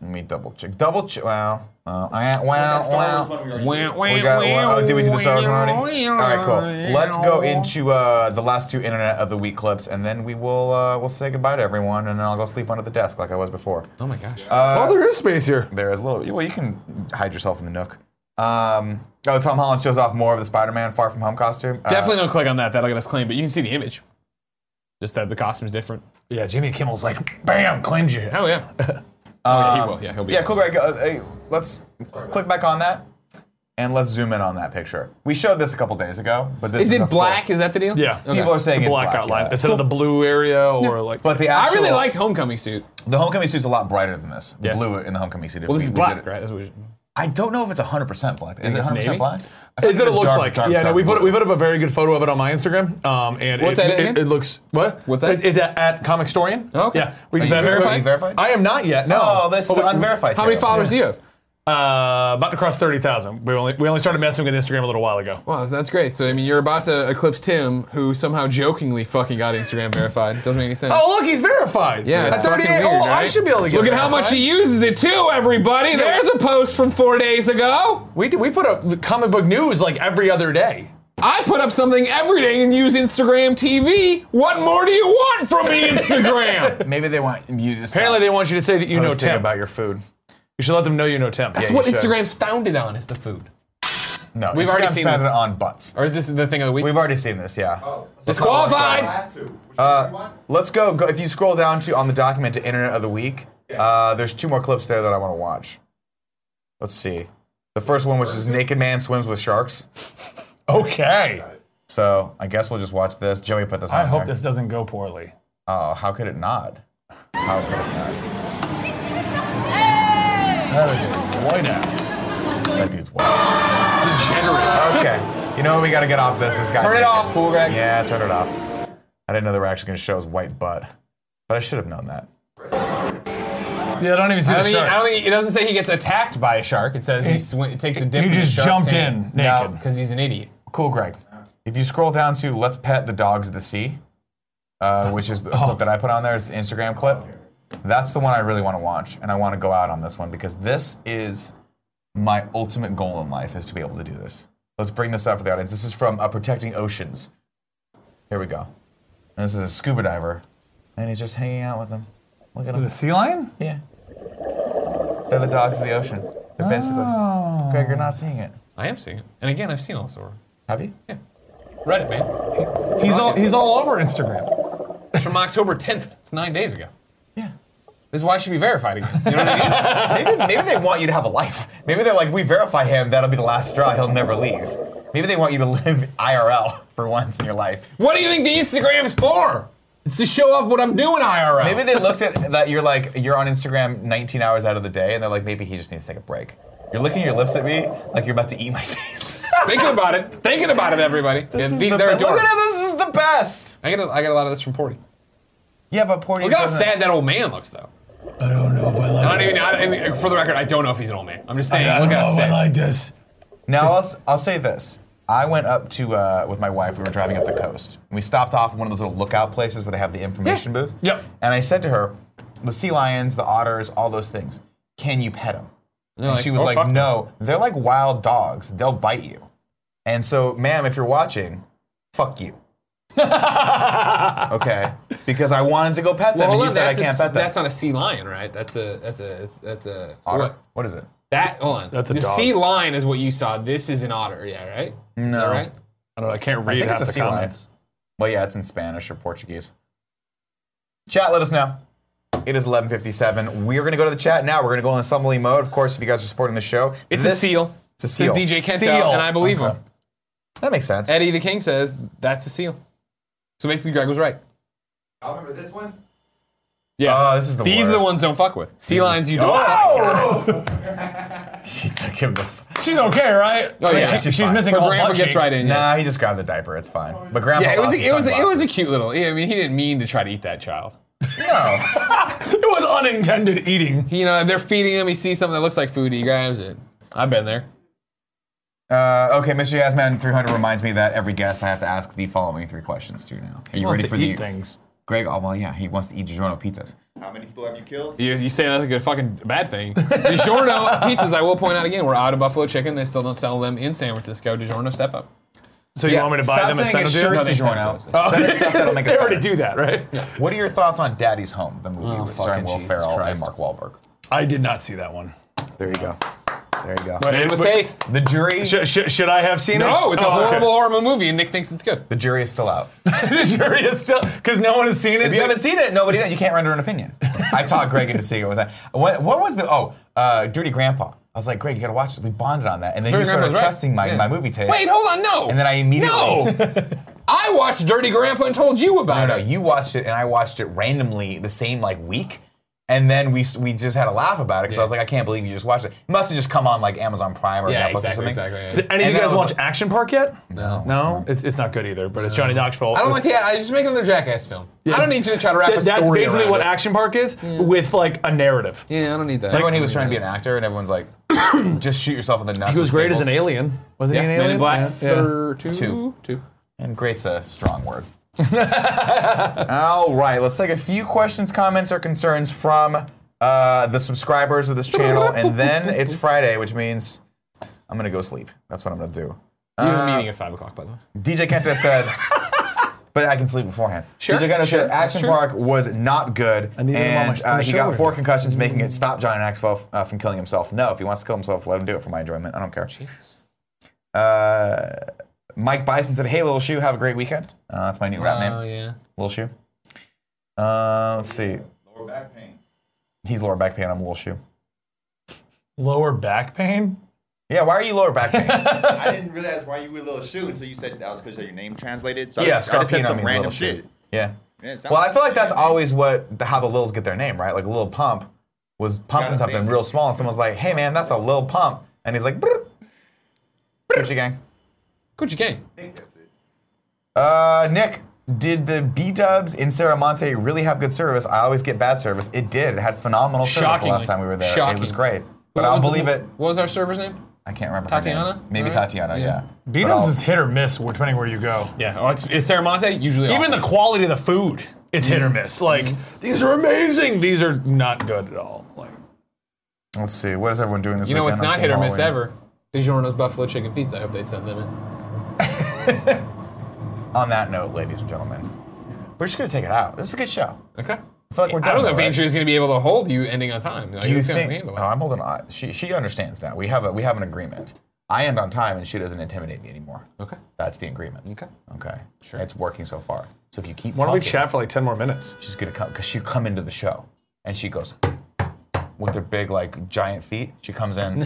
S1: Let me double check. Double check. Wow. Uh, wow. Wow.
S7: Star Wars
S1: Wow.
S7: one
S1: We
S7: we already did.
S1: got one. Oh, did we do the Star Wars one already? All right, cool. Let's go into uh, the last two Internet of the Week clips, and then we will uh, we'll say goodbye to everyone, and then I'll go sleep under the desk like I was before.
S2: Oh my gosh.
S3: Oh, there is space here.
S1: There is a little. Well, you can hide yourself in the nook. Um, oh, Tom Holland shows off more of the Spider-Man Far From Home costume. Uh,
S2: Definitely don't click on that. That'll get us claimed. But you can see the image. Just that the costume's different.
S3: Yeah, Jimmy Kimmel's like, bam, claims you.
S2: Oh
S3: [LAUGHS]
S2: yeah. oh, yeah, he will. Yeah, he'll be.
S1: Yeah, cool, Greg. Uh, hey, let's click back on that, and let's zoom in on that picture. We showed this a couple days ago, but this
S2: Is
S1: is, a
S2: it
S1: full-
S2: black? Is that the deal?
S3: Yeah.
S2: Okay.
S1: People are saying
S3: The
S1: it's
S3: black
S1: black
S3: outline
S1: yeah.
S3: instead of the blue area or like.
S1: But the
S2: I
S1: actual,
S2: really liked Homecoming suit.
S1: the homecoming suit's a lot brighter than this. The
S3: Yeah.
S1: blue in the homecoming suit.
S2: Well, this
S1: We-
S2: is
S1: we
S2: black,
S1: did it-
S2: right? That's what we-
S1: I don't know if it's 100% black. Is it
S2: it's
S1: 100%
S2: navy?
S1: black? I think
S3: It's what it
S1: a
S3: looks
S1: dark,
S3: like.
S1: dark,
S3: yeah, no,
S1: dark
S3: we put,
S1: blue.
S3: we put up a very good photo of it on my Instagram. Um, and
S2: What's
S3: it,
S2: that
S3: it,
S2: again?
S3: it looks what?
S2: What's that? Oh,
S3: Is, is that at Comic Storian?
S2: Okay.
S3: Yeah. We
S1: Are you
S3: that very-
S1: verified? Are you verified?
S3: I am not yet. No.
S1: Oh, this is
S3: But
S1: the
S3: we-
S1: unverified.
S2: How many
S1: channel.
S2: followers do you have?
S3: Uh, about to cross thirty thousand. We only we only started messing with Instagram a little while ago.
S2: Wow, that's great. So I mean, you're about to eclipse Tim, who somehow jokingly fucking got Instagram verified. Doesn't make any sense.
S3: Oh, look, he's verified.
S2: Yeah,
S3: at
S2: that's fucking
S3: 38.
S2: weird,
S3: oh, I
S2: right?
S3: should be able to get.
S2: Look at how much he
S3: verified.
S2: uses it too, everybody. There's a post from four days ago.
S3: We do- we put up comic book news like every other day.
S2: I put up something every day and use Instagram TV. What more do you want from me,
S1: [LAUGHS]
S2: Instagram?
S1: Maybe they want you to stop
S3: [LAUGHS] Apparently, they want you to say that you know
S1: posting
S3: Tim.
S1: about your food.
S3: you should let them know you know Tim.
S2: That's
S1: you
S2: what
S1: should.
S2: Instagram's founded on is the food.
S1: No,
S2: We've already
S1: Instagram's
S2: seen
S1: founded
S2: this.
S1: on butts.
S2: Or is this the thing of the week?
S1: We've already seen this, yeah.
S2: Disqualified.
S7: Last two. Which one do you want?
S1: Let's go, go. If you scroll down to on the document to Internet of the Week, uh, there's two more clips there that I want to watch. Let's see. The first one, which is Naked Man Swims with Sharks.
S3: Okay.
S1: So I guess we'll just watch this. Joey put this on
S3: I hope
S1: there.
S3: this doesn't go poorly.
S1: Oh, how could it not? How could it
S3: That is a white ass.
S1: not? That dude's wild.
S2: Degenerate.
S1: Okay. You know what? We got to get off this. This guy's.
S2: Turn it off, cool Greg.
S1: Yeah, turn it off. I didn't know they were actually going to show his white butt, but I should have known that.
S3: Yeah, I don't even see
S2: I
S3: the
S2: don't, think, I
S3: shark.
S2: don't think it doesn't say he gets attacked by a shark. It says he swi- takes a dip.
S3: You
S2: in the
S3: just
S2: shark
S3: jumped in
S2: tank.
S3: naked.
S2: because he's an idiot.
S1: Cool, Greg. If you scroll down to "Let's Pet the Dogs of the Sea," uh, which [LAUGHS] is the clip that I put on there, it's the Instagram clip. That's the one I really want to watch, and I want to go out on this one because this is my ultimate goal in life: is to be able to do this. Let's bring this out for the audience. This is from uh, "Protecting Oceans." Here we go. And this is a scuba diver, and he's just hanging out with them. Look at
S3: The
S1: him.
S3: sea lion?
S1: Yeah, they're the dogs of the ocean. They're basically. Greg, you're not seeing it,
S2: I am seeing it, and again, I've seen all this over.
S1: have you? Yeah.
S2: Reddit, man.
S3: He's all he's all over Instagram.
S2: It's from October 10th. It's nine days ago. This is why I should be verified again. You know what I
S1: [LAUGHS]
S2: mean?
S1: Maybe, maybe they want you to have a life. Maybe they're like, we verify him, that'll be the last straw, he'll never leave. Maybe they want you to live [LAUGHS] IRL for once in your life.
S2: what do you think the Instagram's for? It's to show off what I'm doing IRL.
S1: Maybe they looked at that you're like, you're on Instagram 19 hours out of the day, and they're like, maybe he just needs to take a break. You're looking at your lips at me like you're about to eat my [LAUGHS] face.
S2: thinking about it. Thinking about it, everybody.
S1: This is
S2: they,
S1: the
S2: are
S1: best. Look
S2: adorable.
S1: at him, this is the best.
S2: I get, a, I get a lot of this from Porty.
S1: Yeah, but Porty.
S2: Look how sad that old man looks, though.
S4: I don't know if I like
S2: I don't
S4: this.
S2: even, I, and for the record, I don't know if he's an old man. I'm just
S4: I
S2: saying,
S4: don't
S2: look how
S4: know if I
S2: sad.
S4: like this.
S1: Now I'll, s- I'll say this. I went up to uh, with my wife. We were driving up the coast. And we stopped off at one of those little lookout places where they have the information booth.
S4: Yep.
S1: And I said to her, the sea lions, the otters, all those things. Can you pet them? And
S2: like,
S1: she was
S2: "Oh,
S1: like,
S2: fuck
S1: No, they're like wild dogs. They'll bite you. And so, ma'am, if you're watching, fuck
S2: [LAUGHS]
S1: you. okay. Because I wanted to go pet them,
S2: Well,
S1: and
S2: hold
S1: you
S2: on,
S1: said I
S2: that's, a-
S1: can't pet them.
S2: that's not a sea lion, right? That's a that's a that's a
S1: Otter.
S2: what?
S1: What is it?
S2: That hold on.
S4: That's a
S2: the
S4: dog.
S2: sea lion is what you saw. This is an otter, yeah, right? No, right?
S4: I don't know. I can't read
S1: think it's
S4: half
S1: a
S4: the
S1: sea lion.
S4: comments.
S1: Well, yeah, it's in Spanish or Portuguese. Chat, let us know. It is 11:57. We're gonna go to the chat now. We're gonna go in assembly mode. Of course, if you guys are supporting the show,
S2: It's a
S1: this-
S2: seal.
S1: It's a
S2: Says
S1: seal.
S2: DJ Kento,
S4: Seal.
S2: and I believe him.
S1: That makes sense.
S2: Eddie the King says that's a seal. So basically, Greg was right.
S7: I'll remember this one.
S2: Yeah.
S1: Oh, this is the
S2: These are the
S1: worst. [LAUGHS] Ah!
S2: ones don't fuck with. Sea lions, you don't. fuck with.
S4: Oh!
S1: she took him the. F-
S4: She's okay, right?
S2: Oh yeah,
S1: she's
S4: She's
S1: fine.
S4: missing a
S2: Her
S4: whole
S2: grandma
S4: butt
S2: gets
S4: cheek.
S2: right [LAUGHS] in. Yeah.
S1: nah, he just grabbed the diaper. It's fine. But grandpa
S2: Yeah, it was
S1: lost
S2: a,
S1: his
S2: it was a, it was a
S1: sunglasses.
S2: cute little. Yeah, I mean, he didn't mean to try to eat that child.
S1: No,
S4: It was unintended eating.
S2: He, you know, if they're feeding him, he sees something that looks like food, he grabs it. I've been there.
S1: Uh, okay, Mr. Yasman 300 reminds me that every guest I have to ask the following three questions to now. Are you
S4: Wants
S1: ready
S4: to
S1: for
S4: eat
S1: the
S4: things.
S1: Greg? Oh well, yeah, he wants to eat DiGiorno pizzas.
S7: How many people have you killed?
S2: You, you say that's like a fucking bad
S1: [LAUGHS]
S2: thing. DiGiorno pizzas, I will point out again, we're out of buffalo chicken. They still don't sell them in San Francisco. DiGiorno, step up.
S4: So you want me to buy
S1: Stop
S4: them and
S1: saying
S4: send
S1: it's
S4: them to
S1: sure
S4: you?
S1: DiGiorno.
S2: No, they sent
S4: [LAUGHS]
S2: those.
S1: Send us stuff that'll make us
S4: They already
S1: better.
S4: do that, right?
S1: What are your thoughts on Daddy's Home, the movie
S2: Oh,
S1: with starring
S2: fucking
S1: Will
S2: Jesus
S1: Ferrell and
S2: Christ.
S1: Mark Wahlberg?
S4: I did not see that one.
S1: There you go. There you go.
S2: Made with taste.
S1: The jury,
S4: Sh- sh- should I have seen it?
S2: No, it's a
S4: Oh, okay.
S2: horrible horror movie, and Nick thinks it's good.
S1: the jury is still out. If
S4: [LAUGHS] the jury is still because no one has seen it.
S1: you haven't seen it, nobody knows. You can't render an opinion. I taught Greg into seeing it. Was that what? What was the? Oh, uh, Dirty Grandpa. I was like, Greg, you gotta watch this. We bonded on that, and then you
S2: Dirty
S1: started
S2: Grandpa's right.
S1: trusting my,
S2: Yeah.
S1: my movie taste.
S2: Wait, hold on, no.
S1: And then I immediately- [LAUGHS]
S2: No! I watched Dirty Grandpa and told you
S1: No,
S2: about
S1: no,
S2: it.
S1: you watched it, and I watched it randomly the same like week. And then we, s- we just had a laugh about it because I was like, I can't believe you just watched it. It must have just come on like Amazon Prime or Netflix
S2: Yeah, exactly,
S1: or something.
S2: exactly. yeah.
S4: Any of
S1: And
S4: you
S1: then I
S4: guys
S1: was
S4: watch
S1: like-
S4: Action Park yet?
S1: No.
S4: No, it's, it's not good either. But it's Johnny Knoxville.
S2: I don't like the I just make another jackass film. I don't need you to try to wrap a
S4: That-
S2: story
S4: that's basically
S2: around
S4: what
S2: it.
S4: Action Park is with like a narrative.
S2: Yeah, I don't need that.
S1: Remember when he was trying to be an actor, and everyone's like,
S4: [COUGHS]
S1: just shoot yourself in the nuts.
S4: He was
S1: with
S4: great as an
S1: staples."
S4: alien. Wasn't
S2: yeah,
S4: he an
S2: Men
S4: alien?
S2: in Black
S4: Yeah. Yeah.
S2: for two?
S1: Two.
S2: Two.
S1: And great's a strong
S4: [LAUGHS]
S1: word. All right, let's take a few questions, comments, or concerns from uh, the subscribers of this channel, and then it's Friday, which means I'm gonna go sleep. That's what I'm gonna do.
S2: You have a meeting at 5 o'clock, by the way.
S1: DJ Kenta said, but I can sleep beforehand.
S2: Sure,
S1: DJ Kenta
S2: sure,
S1: said Action
S2: sure.
S1: Park was not good,
S4: need him on my-
S1: and
S4: on
S1: uh,
S4: the
S1: he
S4: show
S1: got
S4: right
S1: four
S4: now.
S1: concussions, making it stop Johnny Knoxville uh, from killing himself. No, if he wants to kill himself, let him do it for my enjoyment. I don't care.
S2: Jesus.
S1: Uh, Mike Bison said, "Hey, little shoe, have a great weekend." Uh, that's my new rap name.
S2: Oh, yeah.
S1: Lil Shoe. Uh, let's see.
S7: Lower back pain.
S1: He's lower back pain. I'm Lil Shoe.
S4: Lower back pain.
S1: Yeah, why are you lower back pain?
S7: [LAUGHS] I didn't realize why you were little shoe until you said that was because of your name translated. So I
S1: yeah,
S7: just- I just said
S1: Scarpino
S7: some
S1: means
S7: random
S1: Lil Shoe.
S7: shit.
S1: Yeah.
S7: Yeah, it sounds
S1: Well, I feel like that's
S7: all.
S1: always what the, how the Lils get their name, right? Like Lil Pump was pumping
S7: Gotta
S1: something
S7: be.
S1: real small, and someone's like, "Hey, man, that's a Lil Pump," and he's like, "Brr, Gucci Gang."
S2: Gucci Gang.
S7: I think that's it.
S1: Uh, Nick, did the B Dubs in Saramonte really have good service? I always get bad service. It did. It had phenomenal service the
S2: Shockingly.
S1: last time we were there. It was
S2: Shocking.
S1: great, but
S2: What
S1: I'll
S2: was the-
S1: believe it.
S2: What was our server's name?
S1: I can't remember. Her
S2: Tatiana?
S1: name. Maybe
S2: Alright.
S1: Tatiana.
S2: Yeah.
S1: Yeah. But
S4: Beatles
S1: I'll-
S4: is hit or miss where- depending where you go.
S2: Yeah. Oh, it's, it's Saramonte? Usually
S4: Even the
S2: awful.
S4: quality of the food, it's hit or miss. Like
S2: Mm-hmm.
S4: these are amazing. These are not good at all. Like
S1: Let's see. What is everyone doing this
S2: You know what's
S1: weekend on
S2: not hit or
S1: St.
S2: miss
S1: Halloween?
S2: ever? DiGiorno's Buffalo Chicken Pizza. I hope they send them in.
S1: On that note, ladies and gentlemen, we're just gonna take it out. This is a good show.
S2: Okay.
S1: I feel like we're
S2: I don't
S1: done,
S2: know if
S1: right?
S2: Andrea's going to be able to hold you ending on time. Like,
S1: Do you
S2: it's gonna
S1: think?
S2: handle
S1: Oh,
S2: it.
S1: I'm holding. on. She she understands now. We have a we have an agreement. I end on time, and she doesn't intimidate me anymore.
S2: Okay.
S1: That's the agreement.
S2: Okay.
S1: Okay. Sure. It's working so far. So if you keep
S4: why don't we
S1: talking,
S4: [LAUGHS] chat for like ten more minutes?
S1: she's gonna come because she come into the show. and she goes with her big like giant feet. She comes
S3: [LAUGHS]
S1: in.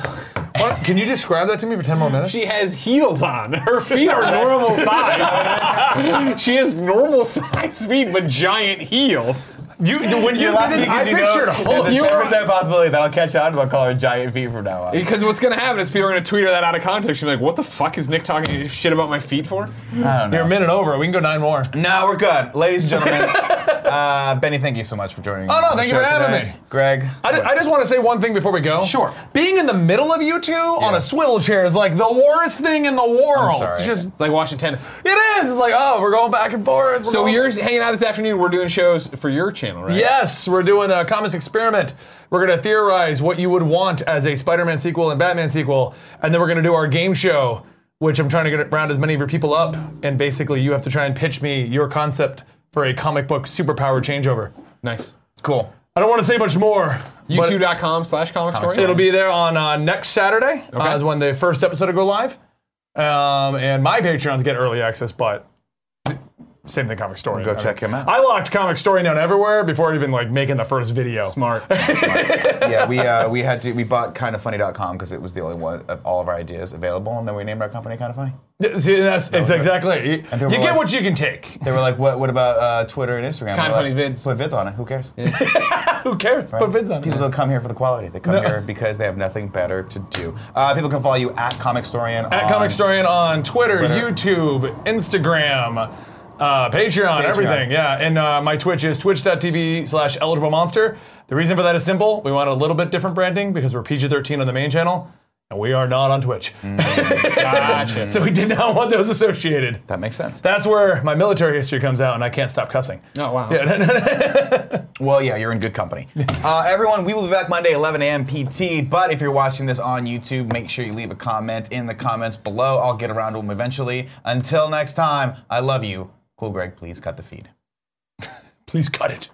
S3: What- Can you describe that to me for 10 more minutes?
S2: She [LAUGHS] has heels on. [LAUGHS] Her feet are normal size. she has normal [LAUGHS] size feet, but giant heels.
S3: You, when
S1: [LAUGHS]
S3: you
S1: You're laughing
S3: did it, I
S1: because you
S3: pictured a
S1: know
S3: whole
S1: there's a
S2: you
S1: ten
S2: are-
S1: percent possibility that I'll catch on and I'll call her giant feet from now on.
S2: Because what's gonna happen is people are gonna tweet her that out of context. She'll be like, "What the fuck is Nick talking shit about my feet for?"
S1: I don't know.
S3: You're a minute over. We can go nine more.
S1: No, we're good. Ladies and
S3: [LAUGHS]
S1: gentlemen, uh, Benny, thank you so much for joining
S3: Oh, no,
S1: the
S3: thank you
S1: show
S3: for having
S1: today.
S3: me.
S1: Greg.
S3: I, ju- I just want to say one thing before we go.
S1: Sure.
S3: Being in the middle of you two on
S1: Yeah.
S3: a swivel chair is like the worst thing in the world.
S1: sorry.
S3: It's Just
S2: It's like watching tennis.
S3: it is. It's like oh, we're going back and forth. we're
S2: So
S3: going-
S2: you're hanging out this afternoon. We're doing shows for your channel, right?
S3: Yes, we're doing a comics experiment. We're gonna theorize what you would want as a Spider-Man sequel and Batman sequel, and then we're gonna do our game show, which I'm trying to get around as many of your people up, and basically you have to try and pitch me your concept for a comic book superpower changeover.
S2: Nice.
S1: Cool.
S3: I don't want to say much more. but-
S2: YouTube.com slash comic story.
S3: It'll be there on uh, next Saturday. uh,
S2: Okay.
S3: is when the first episode will go live. Um, and my Patreons get early access, but same thing, Comic Story.
S1: Go check him out.
S3: I locked Comic Story down everywhere before even like making the first video.
S2: smart.
S1: yeah, we uh, we had to we bought kindoffunny.com because it was the only one of all of our ideas available, and then we named our company Kind of Funny.
S3: See, that's it's
S1: it.
S3: exactly. You, you
S1: people
S3: get
S1: like-
S3: what you can take.
S1: They were like, "What? What about uh, Twitter and Instagram?"
S2: Kinda
S1: We're like,
S2: funny vids.
S1: Put vids on it. Who cares?
S3: Who cares? Put vids on.
S1: People don't come here for the quality. They come here because they have nothing better to do. Uh, people can follow you at Comic Storian.
S3: At Comic Storian on Twitter,
S1: Twitter.
S3: YouTube, Instagram, uh, Patreon,
S1: Patreon.
S3: everything. Yeah, and uh, my Twitch is twitch.tv slash eligible monster. The reason for that is simple. We want a little bit different branding because we're PG-13 on the main channel, and we are not on Twitch. [LAUGHS]
S2: Gotcha.
S3: So we did not want those associated.
S1: That makes sense.
S3: That's where my military history comes out, and I can't stop cussing.
S2: Oh wow.
S1: Well, yeah, you're in good
S3: [LAUGHS]
S1: company. Uh, everyone, we will be back Monday, 11 a.m. PT. But if you're watching this on YouTube, make sure you leave a comment in the comments below. I'll get around to them eventually. Until next time, I love you. Cool, Greg, please cut the feed.
S3: Please cut it.